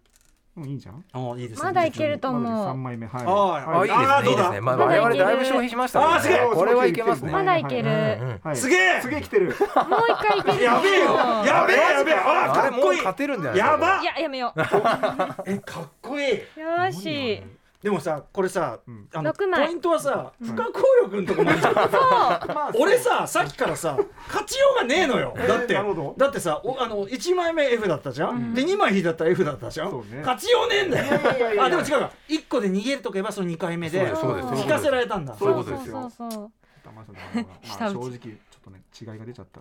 うんいいんじゃんあ、いいですね。まだいけると3思う枚目はいああいいですあーねどいいうでだすね。まあまだい我ける々だいぶ消費しましたあーすげえこれはいけますね。まだいけるはうんはいすげえすげえ来 てるもう一回いけると思やうべえよやべえやべえああーかれもっうこいい勝てるんじゃないやばいややめよえ、かっこいい。うよしでもさ、これさ、あの、ポ六枚イントはさ、ん不可抗力のとこもあるじゃん。俺さ、さっきからさ、勝ちようがねえのよ。だってなるほど、だってさ、おあの、一枚目 F だったじゃん。で、二枚引いたった F だったじゃんそう。ね勝ちようねえんだよ。いやいやいやあ、でも違うか。一個で逃げるとけば、その二回目でそうですそうですそうです引かせられたんだ。そういうことですよそうそうそう騙された下打まあち正直ちょっとね違いが出ちゃった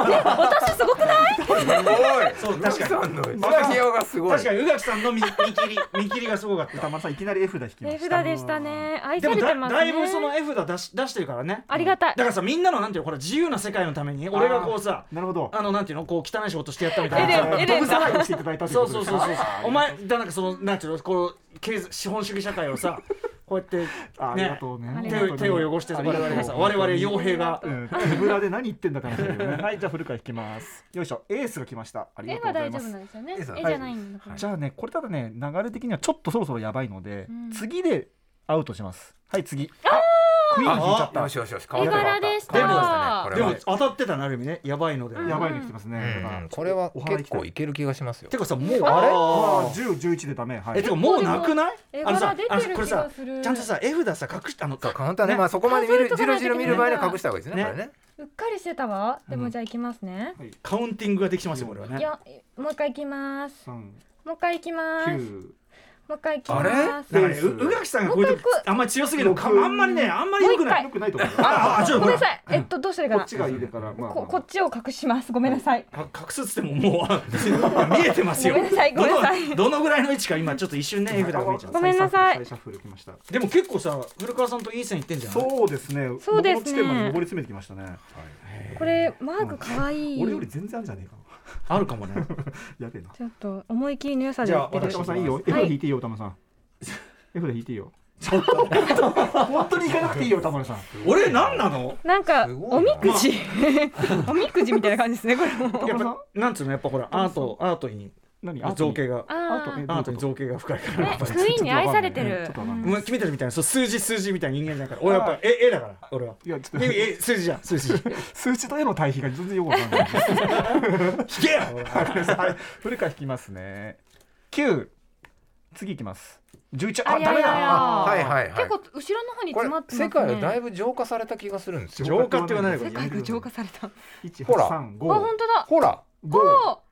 私すごくないそそうう確かにさんの浮気用がすごい確かに宇垣さんの見見切り見切りがすごかっ歌た。丸さんいきなり絵札引きま手した札でしたね愛でさもれだてますねだいぶその F だ出し出してるからね。ありがたいだからさみんなのなんていうのこれ自由な世界のために俺がこうさなるほどあのなんていうのこう汚い仕事してやったみたエいなレさ。ンエレン飛ぶさがらいにしていただいたというそこうとそでうそうすかそう。お前だなんかそのなんていうのこう経済資本主義社会をさこうやってあありがねとうねね手を手を汚して我々がさ我々傭兵がうん、手ぶらで何言ってんだから ね。はい、じゃあ古川引きます。よいしょ、エースが来ました。ありが絵とうごはざい大丈ま夫すな。んですよね絵絵じじゃゃないないんだからじゃあね、これただね、流れ的にはちょっとそろそろやばいので、うん次でアウトします。はい、次。あクイーン引いちゃっよしよしよし変絵わった柄でし変わたったで変わもったね当たってたなある意味ねやばいので。うんた。やばいの来てますね。これだはかうんこれはらお花結行きたい構いける気がしますよてかさもうあれあー10、11でダメ。はい。えてかもうなくない？絵あの柄さ出あのてるこれ気さがするちゃんとさ絵札さ隠してあのそうカウンターねまあそこまで見あそういるうとこじろじろ見る場合には隠した方がいいですねねこれねうっかりしてたわでもじゃあいきますねカウンティングができてますよこれはね。いやもう一回いきます3、もう一回いきますも9、う一回いきますだからねう宇垣さんがこういう時もう一回行くあんまり強すぎるのか僕あんまりねあんまり良くないよくないと思う。ああちょっとごこめんれなさいえっとどうしたらいいこかっちがいいだから、まなあ、ここっちを隠しますごめんなさいか隠すっつってももう あ見えてますよごめんなさいごめんなさいどのどのぐらいの位置か今ちょっと一瞬ね絵札が見えちゃうごめんなさい再シャッフル来ました。でも結構さ古川さんといい線いってんじゃないそうですね。そうですね僕の地点まで登り詰めてきましたね。これマーク可愛い俺より全然あるんじゃねえかな。あるかもねやべえな。ちょっと思い切りの良さで言ってじゃある歌丸さんいいはよい。 F で弾いていいよ、歌丸さん。F で弾いていいよ。ちょっと本当に行かなくていいよ、歌丸さん。 俺何なのなんかすごいなおみくじおみくじみたいな感じですねこれ もやっぱなんつうのやっぱほらアートアートに何造形があとあねアートに造形が深いからやっぱりクイーンに愛されてるちょっとわかんないうん君たちみたいなそう数字数字みたいな人間だから俺やっぱ絵絵だから俺はいや、ちょっとええ数字じゃん数字引数値と絵の対比が全然よくわかんない。けよ はい、古川引きますね。九、次いきます。十一、ああ、いやダいやメいやだ。はいはいは結い構後ろの方にこ詰れまってます世ね界はだいぶ浄化された気がするんですよ浄化って言わないで世くだ界さいが浄化されたあ一、ほら八、三、本五、当だほら五。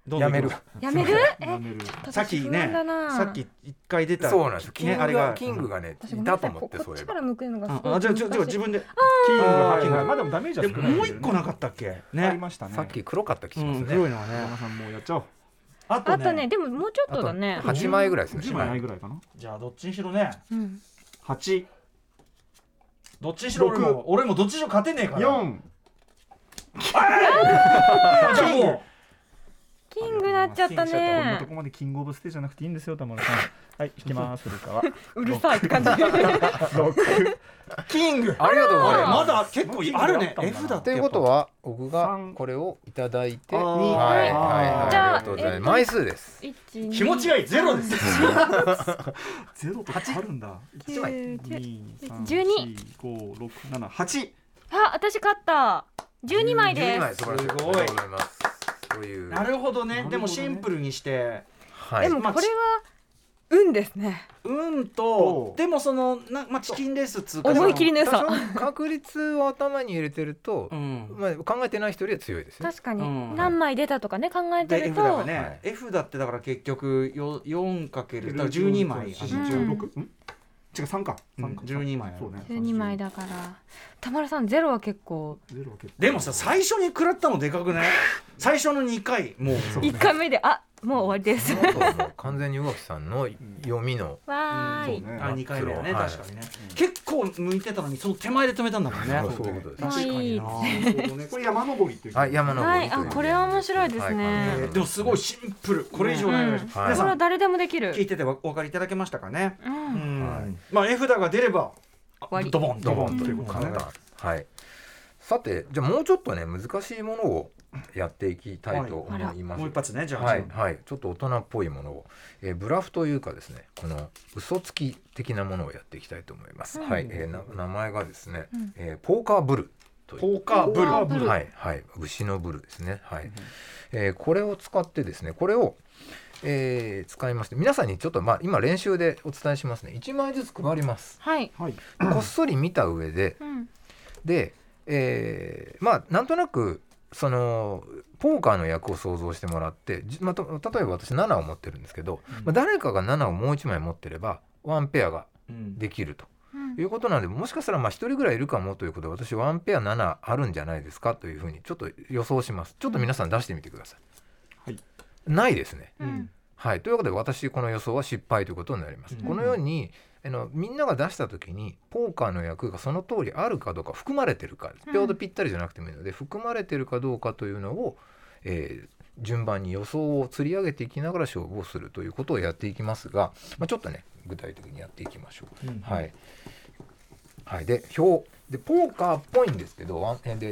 どんどやんめるやめるやえめる。さっき私不安ねだなさっき一回出たそうなんですよキねンあグれががキングがね私ごめいんたなさとい思っこてこそうっいえちばから向くのがすごあいあじゃあちょちょ難し自い分でキング、あーはい、はい、まあ、でもダメージはで少ない。もう一個なかったっけありねましたね。さっき黒かった気うしまんす黒いねのは山ね田さんもうやっちゃおう。ああとねでももうちょっとだね八枚ぐらいですね十枚ないぐらいかな。じゃあどっちにしろねうん八、どっちにしろ俺も六俺もどっちにしろ勝てねえから四、あじゃあもうキングなっちゃったキングこんなとねこまでキングオブステーじゃなくていいんですよ、田村さん。はい、引きます、古川。うるさいって感じ あ六、キングありがとうごあざいれまますだ結構あるねキングだったんだ F だっとていうことはは僕が三これをいただいてあーにはいはいはいじゃあありがとうございえっまとす枚数です気持ちががいいゼロですゼロとかあるんだ。一枚二、三、十四二、五、六、七、八。私勝った12枚で12枚す素晴らしいすごいありがとうございますというなるほどねなるほどねでもシンプルにしてはでいもまあこれは運ですねうんおとうでもそのなまあチキンレースっつうかさ思い切りの良さ多少確率を頭に入れてるとう、んまあ、考えてない人よりは強いですね。確かうんに何枚出たとかね考えてでる F だがとね、はい F だってだから結局よ 4×12 だ十二枚あ十るうん六。ん違う三か。うん三か。 12枚あるそうね。 12枚だから田村さんゼロは結構ゼロは結構。でもさ最初に食らったのでかくない最初の2回もうそうね1回目であもう終わりです。その後はもう完全に宇垣さんの読み のわーい。うんあ二回目はねはい確かにね、結構向いてたのにその手前で止めたんだもんねそうそういうことですもういいなねこれ山登りっていうあ山登はりい、というあ、これは面白いですはえね。 ーでもすごいシンプルこれ以上ないぐらいです、うん皆これさはん誰でもできる。聞いててお分かりいただけましたかね、うう。んんはいまあ絵札が出ればあ終わりドボンドドボボンンとといいううこと感でじねがはいさてじゃあもうちょっとね難しいものをやっていきたいと思います、もう一発ねじゃあ、はい、はい、ちょっと大人っぽいものを、えーブラフというかですねこの嘘つき的なものをやっていきたいと思います、うんはい、えーな名前がですね、うんえーポーカーブルというポーカーブルポーカーブルはいはい牛のブルですねはい、えーこれを使ってですねこれをえー使いまして皆さんにちょっとまあ今練習でお伝えしますね1枚ずつ配 りますはい。はいこっそり見た上でうん。で、えーまあなんとなくそのポーカーの役を想像してもらって、じまあ、と例えば私7を持ってるんですけど、まあ、誰かが7をもう1枚持ってれば1ペアがうんできるとうんいうことなのでもしかしたらまあ1人ぐらいいるかもということで私1ペア7あるんじゃないですかというふうにちょっと予想しますちょっと皆さん出してみてください。はいないですね。うん。はい、ということで私この予想は失敗ということになります。うんこのようにあのみんなが出した時にポーカーの役がその通りあるかどうか含まれてるかうんちょうどぴったりじゃなくてもいいので、含まれてるかどうかというのを、えー順番に予想を釣り上げていきながら勝負をするということをやっていきますが、まあ、ちょっとね具体的にやっていきましょう。うんはい、はい、で表でポーカーっぽいんですけどワンえーで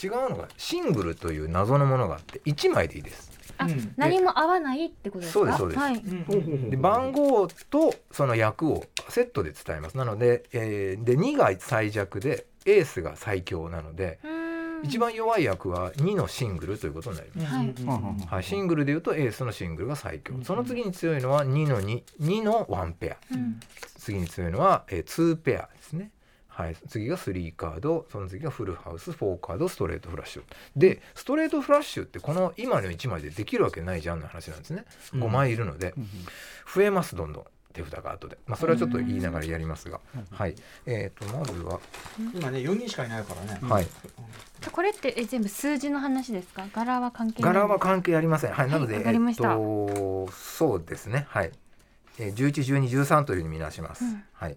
違うのがシングルという謎のものがあって1枚でいいです。あうん、何も合わないってことですか。そうですそうですはい。うんほうほうほうで番号とその役をセットで伝えますなので,、えーで2が最弱でエースが最強なので、うん一。番弱い役は2のシングルということになります、はいうんうんうんはい、シングルでいうとエースのシングルが最強、うんその次に強いのは2の22の1ペアうん。次に強いのは、えー、2ペアですね、はい、次が3カードその次がフルハウス4カードストレートフラッシュでストレートフラッシュってこの今の1枚でできるわけないじゃんの話なんですねうん5枚いるので、うん増えますどんどん手札が後で、まあ、それはちょっと言いながらやりますが、うんはいえー、とまずは、今ね4人しかいないからね、はい、これってえ全部数字の話ですか。柄は関係ない。柄は関係ありませんはいなので、わかりましたえー、とそうですねはい、えー、111213というふうに見なします、うんはい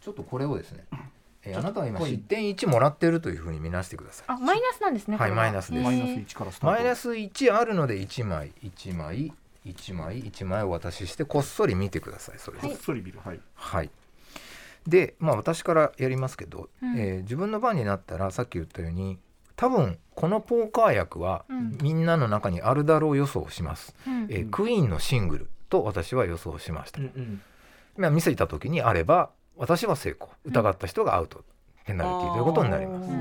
ちょっとこれをですね、えー、ちょあっとなたは今コイン失点1もらってるというふうに見なしてくださいあ、マイナスなんですね。はいこれマイナスですへーマイナス1からスタートマイナス1あるので1枚1枚1枚1枚お渡ししてこっそり見てくださいそれでこっそり見るはいはい。で、まあ私からやりますけど、うんえー自分の番になったらさっき言ったように、多分このポーカー役はうんみんなの中にあるだろう予想をします。うんえークイーンのシングルと私は予想しました。うんうんまあ見せた時にあれば私は成功、疑った人がアウト、ペナルティということになります。す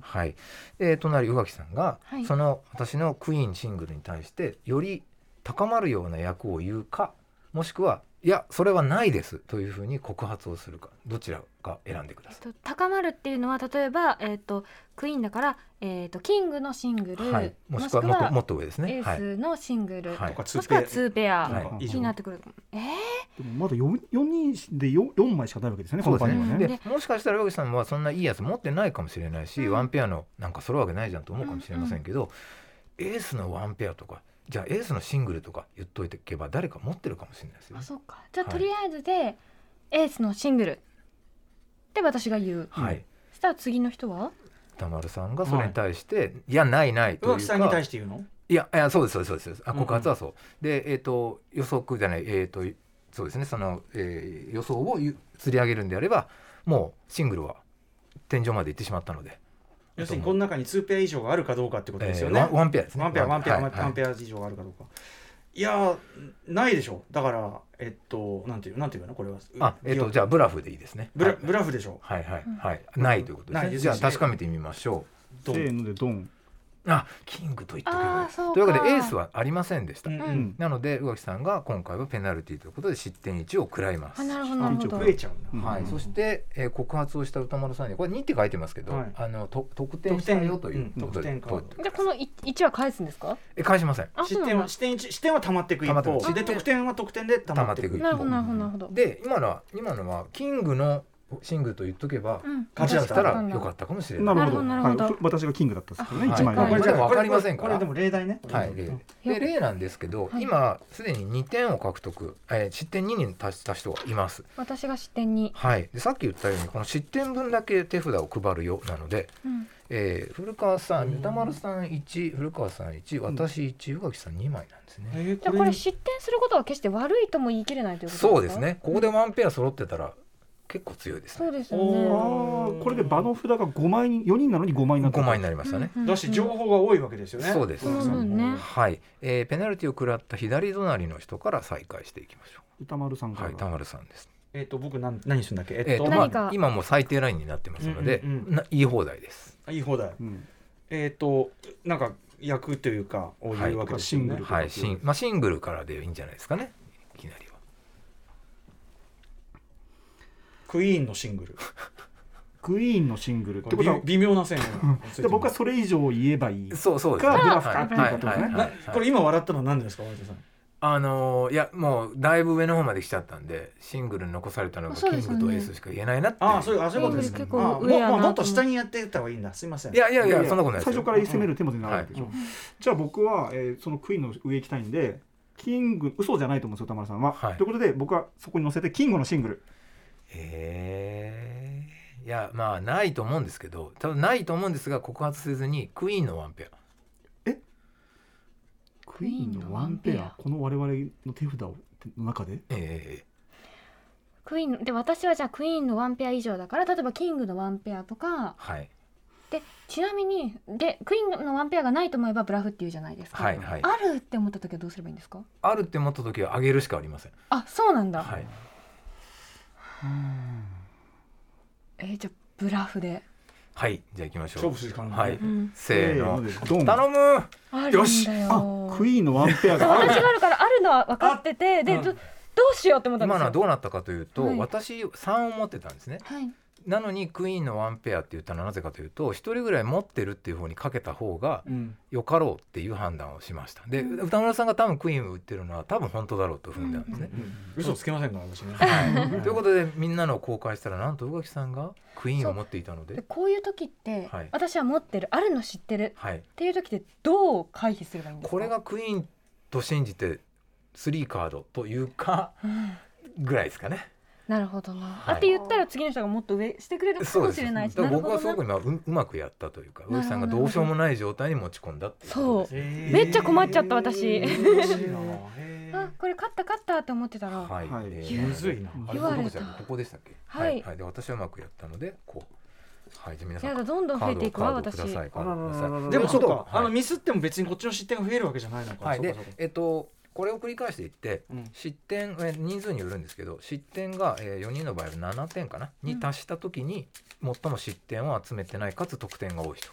はい。えー、隣宇垣さんが、はいその私のクイーンシングルに対してより高まるような役を言うかもしくはいやそれはないですというふうに告発をするかどちらか選んでくだえっさと高まるっていうのは例えば、えっとクイーンだから、えっとキングのシングい、ル、はい、もしくはもっともっと上ですねエはースい、のシングル、はいとかツもーしペくアはツーペアはい以上になってくる、えーでもまだ 4, 四人で 4, 四枚しかないわけですよねそうこですの場合ねはうんねでもしかしたら宇垣さんはそんないいやつ持ってないかもしれないし、うんワンペアのなんかそるわけないじゃんと思うかもしれませんけど、エースのワンペアとかじゃあエースのシングルとか言っといてけば誰か持ってるかもしれないですよあね。そうかじゃあ、はいとりあえずでエースのシングルで私が言うはい、そしたら次の人は田丸さんがそれに対して、い、やないない宇とい垣うさんにか対して言うのいやいやそうですそうですそうですそうですあうんうん告発はそう、でえっ、と予測じゃないえっ、とそうですねその、えー予想をゆ釣り上げるんであればもうシングルは天井まで行ってしまったので要するにこの中にツーペア以上があるかどうかってことですよね、えーワンワンペアですねワンペア、ワンペア、ワンペア、ワンアペア以上あるかどうか。いやー、ないでしょ。だから、えっと、なんていう、なんていうかな、これは。あえっ、とじゃあブラフでいいですねブラ、はいブラフでしょ。はいはいうんはい、ないということですなねいですじゃあ確かめてみましょどうせーのでドンうあキングと言ってくれああるそうかというわけでエースはありませんでした、うんううんんなので宇垣さんが今回はペナルティということで失点1を食らいますあなるほどなるほ一応ど増えちゃうんだ。はい、そして、えー告発をした歌丸さんにこれ2って書いてますけど、はいあのと得点したよという得点うんこ得と点でじゃあこのい一は返すんですかえ返しませんあ失そうなん点だは、視点一、視点は溜まっていく一溜まっていく方。で、得点は得点で溜まっていく。溜まっていくなるほどなるほどなるほどで今のは今のはキングのシングと言っとけばうん勝ちだった勝ちだらったんだよかったかもしれな。ないるほどなるほどはい私がキングだったですからねはい1枚これじゃあこれわかりませんからこれでも例題ねはい、例で例なんですけど、はい今すでに2点を獲得、えー失点2に達した人がいます、私が失点に。はい、でさっき言ったようにこの失点分だけ手札を配るよなので、うんえー古川さんうん歌丸さん1古川さん1私1宇垣さん2枚なんですね。えーじゃあこれ失点することは決して悪いとも言い切れないということですか。そうです。ねここでワンペア揃ってたら結構強いですそねうですよあね。ーこれで場の札が5枚に4人なのに5枚になった5枚になりましたね、うんうんだし情報が多いわけですよね。そうです小野さんうんねはい、えーペナルティを食らった左隣の人から再開していきましょ歌丸さんうかはいら歌丸さんですえっ、と僕なん何するんだっけ。ええっーと、とまま何あか今もう最低ラインになってますので、うんうんうんな言い放題ですあいい方だよ。うんえっ、となんか役というかを言うわけですよね。はいはい、シンまあ、シングルからでいいんじゃないですかね。いきなりは。クイーンのシングル。クイーンのシングルってことはび微妙な線がで僕はそれ以上言えばいいそう、そうかブラフはかいっていうことですねはいはいなはいこれ今笑ったのは何でですか小林さん。あのーいや、もうだいぶ上の方まで来ちゃったんで、シングルに残されたのがあキそうですよねングとエースしか言えないなっていう。ああそういうあそういうことですね。シングル結構あ上やなもももっと下にやってった方がいいんだ。すいません。いやいやいや、そんなことないです最よ初から攻める手も出ないわけでしょ、うんじゃあ僕は、えーそのクイーンの上行きたいんでキング嘘じゃないと思うんですよ田村さんは、はいということで僕はそこに乗せてキングのシングルええいや、まあ、ないと思うんですけど、ただないと思うんですが、告発せずに、クイーンのワンペア。クイーンのワンペアこの我々の手札をの中でえクイーンので私はじゃあクイーンのワンペア以上だから例えばキングのワンペアとかえはい、でちなみにでクイーンのワンペアがないと思えばブラフっていうじゃないですか。はい、はい。あるって思った時はどうすればいいんですか。あるって思った時は、あげるしかありません。あそうなんだ。はい。えー、じゃあブラフで。はい、じゃあ、行きましょ勝う負。するからね。はいうん、せーの。でドン頼む。あるんだよ。よしあクイーンのワンペアがある 私があるからあるのは分かっててでうんどどうしようって思ったんで今すのはよ。どうなったかというと、はい私3を持ってたんですねはい。なのにクイーンのワンペアって言ったのはなぜかというと1人ぐらい持ってるっていう方にかけた方がうん。よかろうっていう判断をしましたで歌村さんが多分クイーンを売ってるのは多分本当だろうと踏んだんですね、嘘つけませんから私ね。ということでみんなのを公開したらなんと宇垣さんがクイーンを持っていたのででこういう時って、はい私は持ってるあるの知ってるはいっていう時ってどう回避すればいいんですか。これがクイーンと信じて3カードというかうんぐらいですかねなるほどな、はいあって言ったら次の人がもっと上してくれるかそうもでしすれないしだから僕はなすごるほくどな今ううまくやったというかほど宇垣さんがどうしようもない状態に持ち込んだっていうことですめっちゃ困っちゃった私え ー面白いなへーあこれ勝った勝ったって思ってたら、はい、はいでむずいな。あれ言われたどこでしたっけここでしたっけはいはい、で私はうまくやったのでこうはいじゃあ皆さやんだどんどんカ増えてードいをくカわードくだ私さいカードくだあらららさらいでもそうか、はいあのミスっても別にこっちの失点が増えるわけじゃないのか。はいそうかでそうかえっとこれを繰り返していってうん失点え人数によるんですけど失点が、え4人の場合は7点かなに達した時に、最も失点を集めてないかつ得点が多い人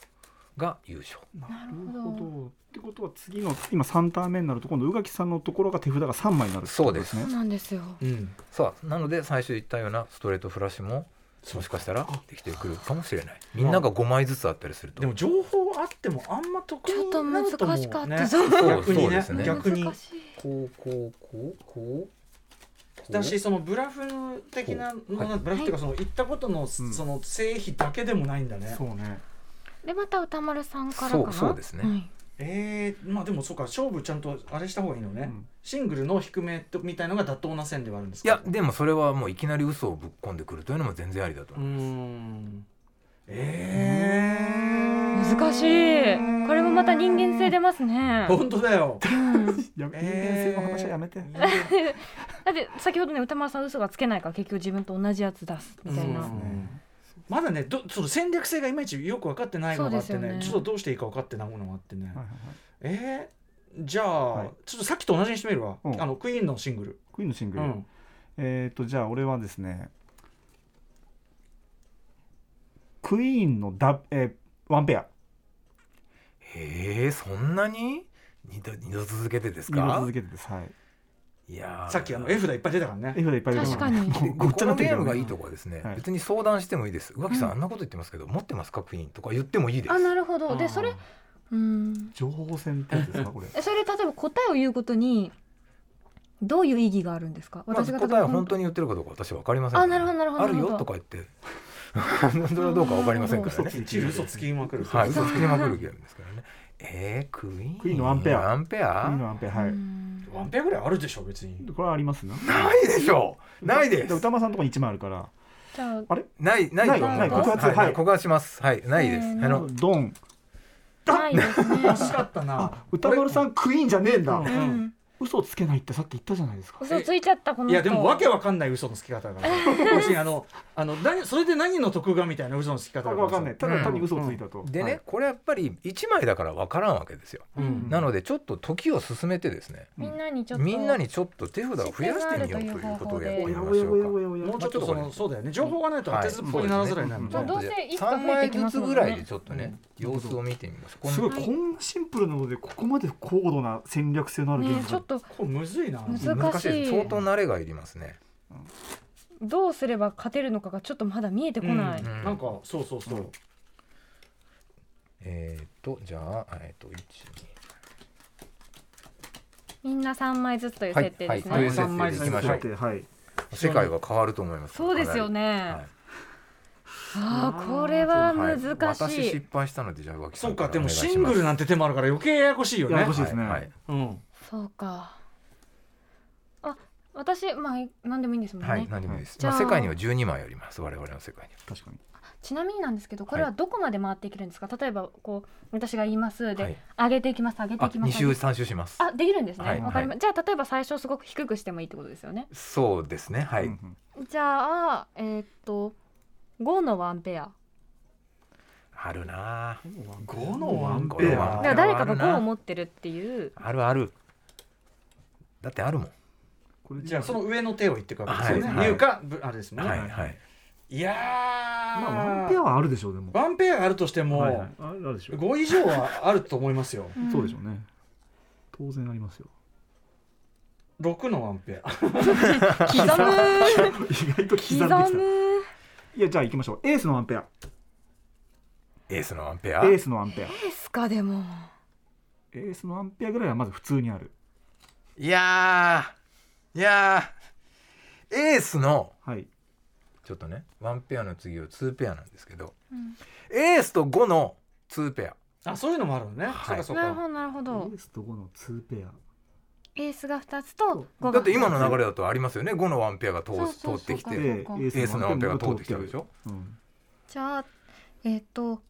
が優勝なるるほほどどってことは次の今3ターン目になると今度宇垣さんのところが手札が3枚になるってことそそうなんですようん、さあなので最初言ったようなストレートフラッシュもそうもしかしたらできてくるかもしれないみんなが5枚ずつあったりするとでも情報あってもあんま得意ちょっとにな難るともしかった、ねそうそう逆にそうでねすね逆に難しいこうこうこうこうだしそのブラフ的なのが、はブラフっていうかその言ったことの、その成否だけでもないんだね、そうねでまた歌丸さんからかなそうそうですねはいえー、まあでもそうか勝負ちゃんとあれした方がいいのね、うんシングルの低めとみたいのが妥当な線ではあるんですいかやでもそれはもういきなり嘘をぶっ込んでくるというのも全然ありだとうー思う、んえー、難しいこれもまた人間性出ますね、本当だ ようん、だやめえー人間性の話はやめて、って先ほどね歌丸さん嘘がつけないから結局自分と同じやつ出すみたいな、うんまだねどその戦略性がいまいちよく分かってないのがあってそうですねよねちょっとどうしていいか分かってないものがあってね、はいはいはいえー、じゃあ、はいちょっとさっきと同じにしてみるわ、うんあのクイーンのシングル、クイーンのシングうル、ん、えっ、ー、とじゃあ俺はですねクイーンのダ、えーワンペアへえそんなに二度二度続けてです二度か続けてですはいいやーさっきあの絵札いっぱい出たから絵ね札いっぱい出てます確かにもう ご こっちのゲゃになってるけーどムねがいいとこはですね、はい別に相談してもいいです宇垣さうん、んあんなこと言ってますけど持ってますかクイーンとか言ってもいいですあなるほどあでーそれうん情報戦ってやつですかこれえそれ例えば答えを言うことにどういう意義があるんですかまあ、私が答えは本当に言ってるかどうか私は分かりませんあなるほどなるほどあるなるよほどとか言って 本当はどうか分かりませんから嘘ねついて一る部嘘つきまくるはい、嘘つきまくるゲームですからね。えー、クイーン。クイーンのワンペアワンペアいいのなんてはういんワンペアぐらいあるでしょ別にこれはありますなないでしょう。ないで。です歌間さんのとこに1枚あるからじゃあない、ないと思ないいます。告発は、はいい告発します。はい、ないです。せあーのの、ドンないですね。惜しかったなあ歌丸さんクイーンじゃねえんだううん、嘘つけないってさっき言ったじゃないですか嘘ついちゃったこのい人。やでもわけわかんない嘘のつき方が別にあのあの何それで何の得がみたいな嘘のつき方がわかんないたうんだ単に嘘をついたと、ではね、これやっぱり一枚だから分からんわけですよ。うんなので、ちょっと時を進めてですね。みんなにちょっとみんなにちょっと手札を増やしてみようということをやってい、おみやまおしやょおやおうか。やおやもうちょっとそのそうだよね情報がないと当はいてずっぽにならざるを得ないもんねそうですねどうせいつか三増え枚てきずますつもんぐねらいでちょっとね、様子を見てみましょう。すごいこんこんなシンプルなのでここまで高度な戦略性のあるゲーねムえ、ちょっとこれむずいなむずな難しいで難しいす。相当慣れがいりますね。どうすれば勝てるのかがちょっとまだ見えてこない。うんなんかそうそうそう、うんえっと、じゃあ、えっと、一。二みんな三枚ずつというはい設定ですね。はい三枚ずつ行きましょうてはい世界が変わると思います。そうですよね。はいああこれは難しい。私失敗したのでじゃあ脇さそんうかでもシおン願グいしルまなんて手もあるから余計ややこしいよややねこしいですね、はいうんそうか。あ私まあ何でもいいんですもんね。はい、何でもいいです。じゃあまあ世界には12枚あります。我々の世界には。確かにちなみになんですけどこれはどこまで回っていけるんですか。例えばこう私が言いますで、はい上げていきます上げてあい、きます。二週三週します。あできるんですね。はわ、いかりまじゃあ例えば最初すごく低くしてもいいってことですよね。そうですね。はういん。うんじゃあえーっと5のワンペア。あるなぁ。 5のワンペ五のワだアンから誰かあがるな5を持ってるって いう。あるある。だってあるもん。これじゃあその上の手を言ってくわけですよね、はい入かぶあれですもんね、はいはい。い、やーまあワンペアはあるでしょうでもワンペアがあるとしても、はいはいあるでしょう5以上はあると思いますよそうでしょうね当然あ りますよ6のワンペア刻む意外と刻んできた刻むいやじゃあ行きましょうエースのワンペアエースのワンペア。エースのワンペアですかでもエースのワンペアぐらいはまず普通にあるいやーいやーエースのはいちょっとねワンペアの次はツーペアなんですけど、うんエースと五のツーペア。あそういうのもあるのね、はいそうかなそるうほかどなるほエどースと5の2ペアエースが2つと5がだって今の流れだとありますよね5のワンペアが通そう通そうそうってきそてうエでかースのワンペアが通ってきたでしょうんじゃあえーっと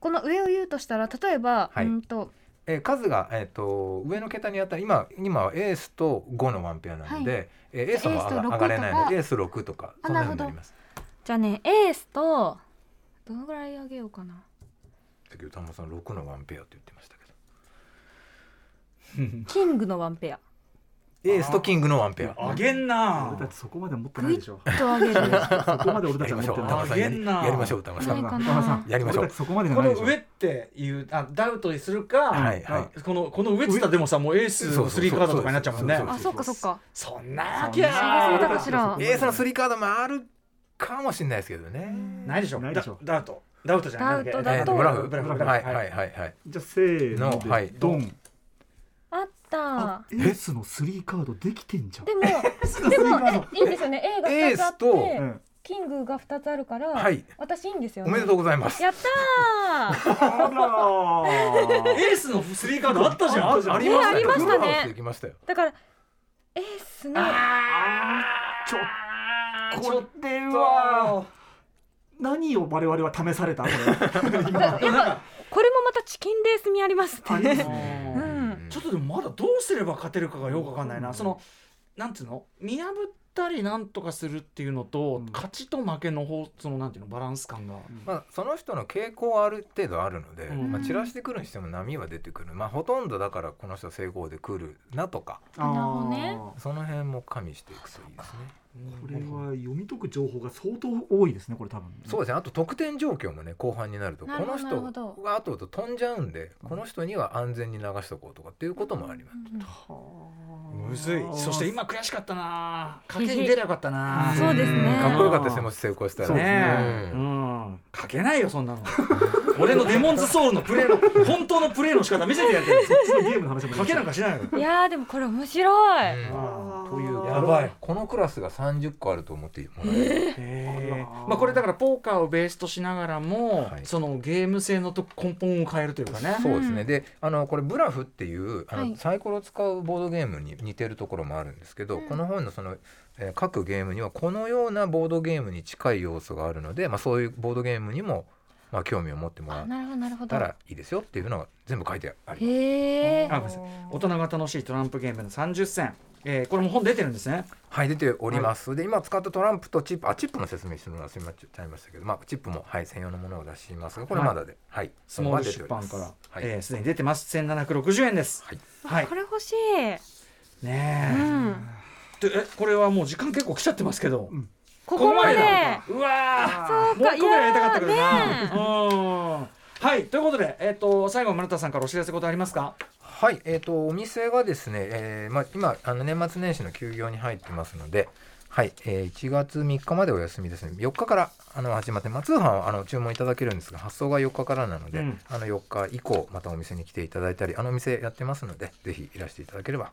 この上を言うとしたら例えば、はいうーんとえー数が、えー、と上の桁にあったら今今はエースと5のワンペアなので、はえーエースはエースと上が六上がれないとのかでエース6とかあそんなふうにななるほりどます。じゃあねエースとどのぐらい上げようかなさっき歌丸さん6のワンペアって言ってましたけキングのワンペアどエースとキングのワンペア。あげんな俺たちそこまで持ってないでしょと上げるそこまで俺やたりちはまし持ょうって歌な丸いさんやりあげんなやりましょう歌丸さないん。か中村さなんやりましょう俺たちそこまでじゃこないのでしょ上っていうあダウトにするか、はいはいあこのこの上って言ったらでもさもうエースそうのそう3カードとかになっちゃうもんねそうあそっかそっかそんなわいけや幸せだなかしらエースの3カードもあるかもしれないですけどね。ないでしょないでしょダダウトダウトじゃないなんだっけダえウートとブラフブブララフフブはラいフはいははいいはい。じゃあせーののはでいドンあったエースの3カードできてんじゃんでもでもえいいんですよね A がエ2ーつあって、スとうんキングが2つあるから、はい私いいんですよおねめでとうございます。やったーあ らーエースの3カードあったじゃんあったじゃんりましたねありましたねフルハウスできましたよ。だからエースのちょあーちょっこれとは何を我々は試されたこれやっぱこれもまたチキンレース味ありますありますね。ねうんちょっとでもまだどうすれば勝てるかがよくわかんないな、うんそのなんていうの見破ったりなんとかするっていうのと、うん勝ちと負けの方そのなんていうのバランス感が、まあ、その人の傾向はある程度あるので、うんまあ、散らしてくるにしても波は出てくる、まあ、ほとんどだからこの人は成功で来るなとかあなるほどねーその辺も加味していくといいですね。これは読み解く情報が相当多いですねこれ多分そうですねあと得点状況もね後半になるとこなるほどの人なるほどが後々飛んじゃうんでこの人には安全に流しとこうとかっていうこともあります。むずいそして今悔しかった な賭けに出ればよかったなそうですねんかっこよかったですねもし成功したらそうですねねえ、うん、かけないよそんなの俺のデモンズソウルのプレーの本当のプレーの仕方見せてやってるそっちのゲームの話もかけなんかしないよいやーでもこれ面白い。うんといやばいこのクラスが30個あると思ってもらえる、へーまあこれだからポーカーをベースとしながらも、はいそのゲーム性のと根本を変えるというかね。そうですねであのこれブラフっていうあの、はいサイコロを使うボードゲームに似てるところもあるんですけど、うんこの本のその、えー各ゲームにはこのようなボードゲームに近い要素があるので、まあ、そういうボードゲームにも、まあ、興味を持ってもらあっなるほどなるほどたらいいですよっていうのが全部書いてありへえあごめんなさい大人が楽しいトランプゲームの30選、えーこれも本出てるんですね。はい出ております、で今使ったトランプとチップあチップの説明するのはすみませんちゃいましたけど、まあ、チップも、はい、専用のものを出しますがこれまだで、はいスモール出版からは、い、えーすでに出てます。1760円です。はいはいこ。れ欲しい、ねうえ。ん、でえこれはもう時間結構来ちゃってますけど。うんここまでうわそうーかもう一個ぐらいやりたかったけどいやな。うん。はいということでえっ、と最後村田さんからお知らせことありますか。はい、えー、とお店がですね、えーまあ、今あの年末年始の休業に入ってますので、はいえー1月3日までお休みですね4日からあの始まって、まあ、通販はあの注文いただけるんですが発送が4日からなので、うんあの4日以降またお店に来ていただいたりあのお店やってますのでぜひいらしていただければ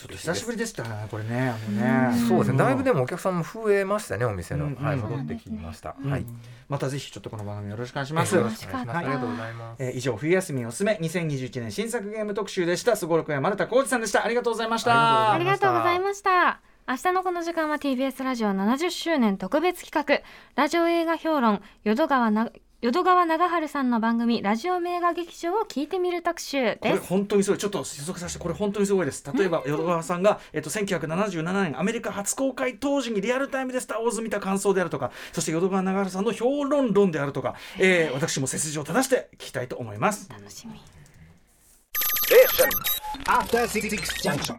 ちょっと久しぶりでしたねこれね。うあのんねそうですね、だいぶでもお客さんも増えましたねお店の、うんはい、うん戻ってきました、うんはい、またぜひちょっとこの番組よろしくお願いしよろましすくお。願い楽ししますかったありがとうございますえー以上冬休みおすすめ2021年新作ゲーム特集でした。すごろくや丸田浩二さんでした。ありがとうございました。あありがとうございました。明日のこの時間は TBS ラジオ70周年特別企画、ラジオ映画評論、淀川な、淀川長春さんの番組、ラジオ名画劇場を聞いてみる特集これです。本当にすごいちょっと推測させてこれ本当にすごいです例えば淀川さんが、えっと、1977年アメリカ初公開当時にリアルタイムで「スター・ウォーズ」見た感想であるとかそして淀川長春さんの評論論であるとか、えー私も背筋を正して聞きたいと思います。楽しみ。 After Six Junction.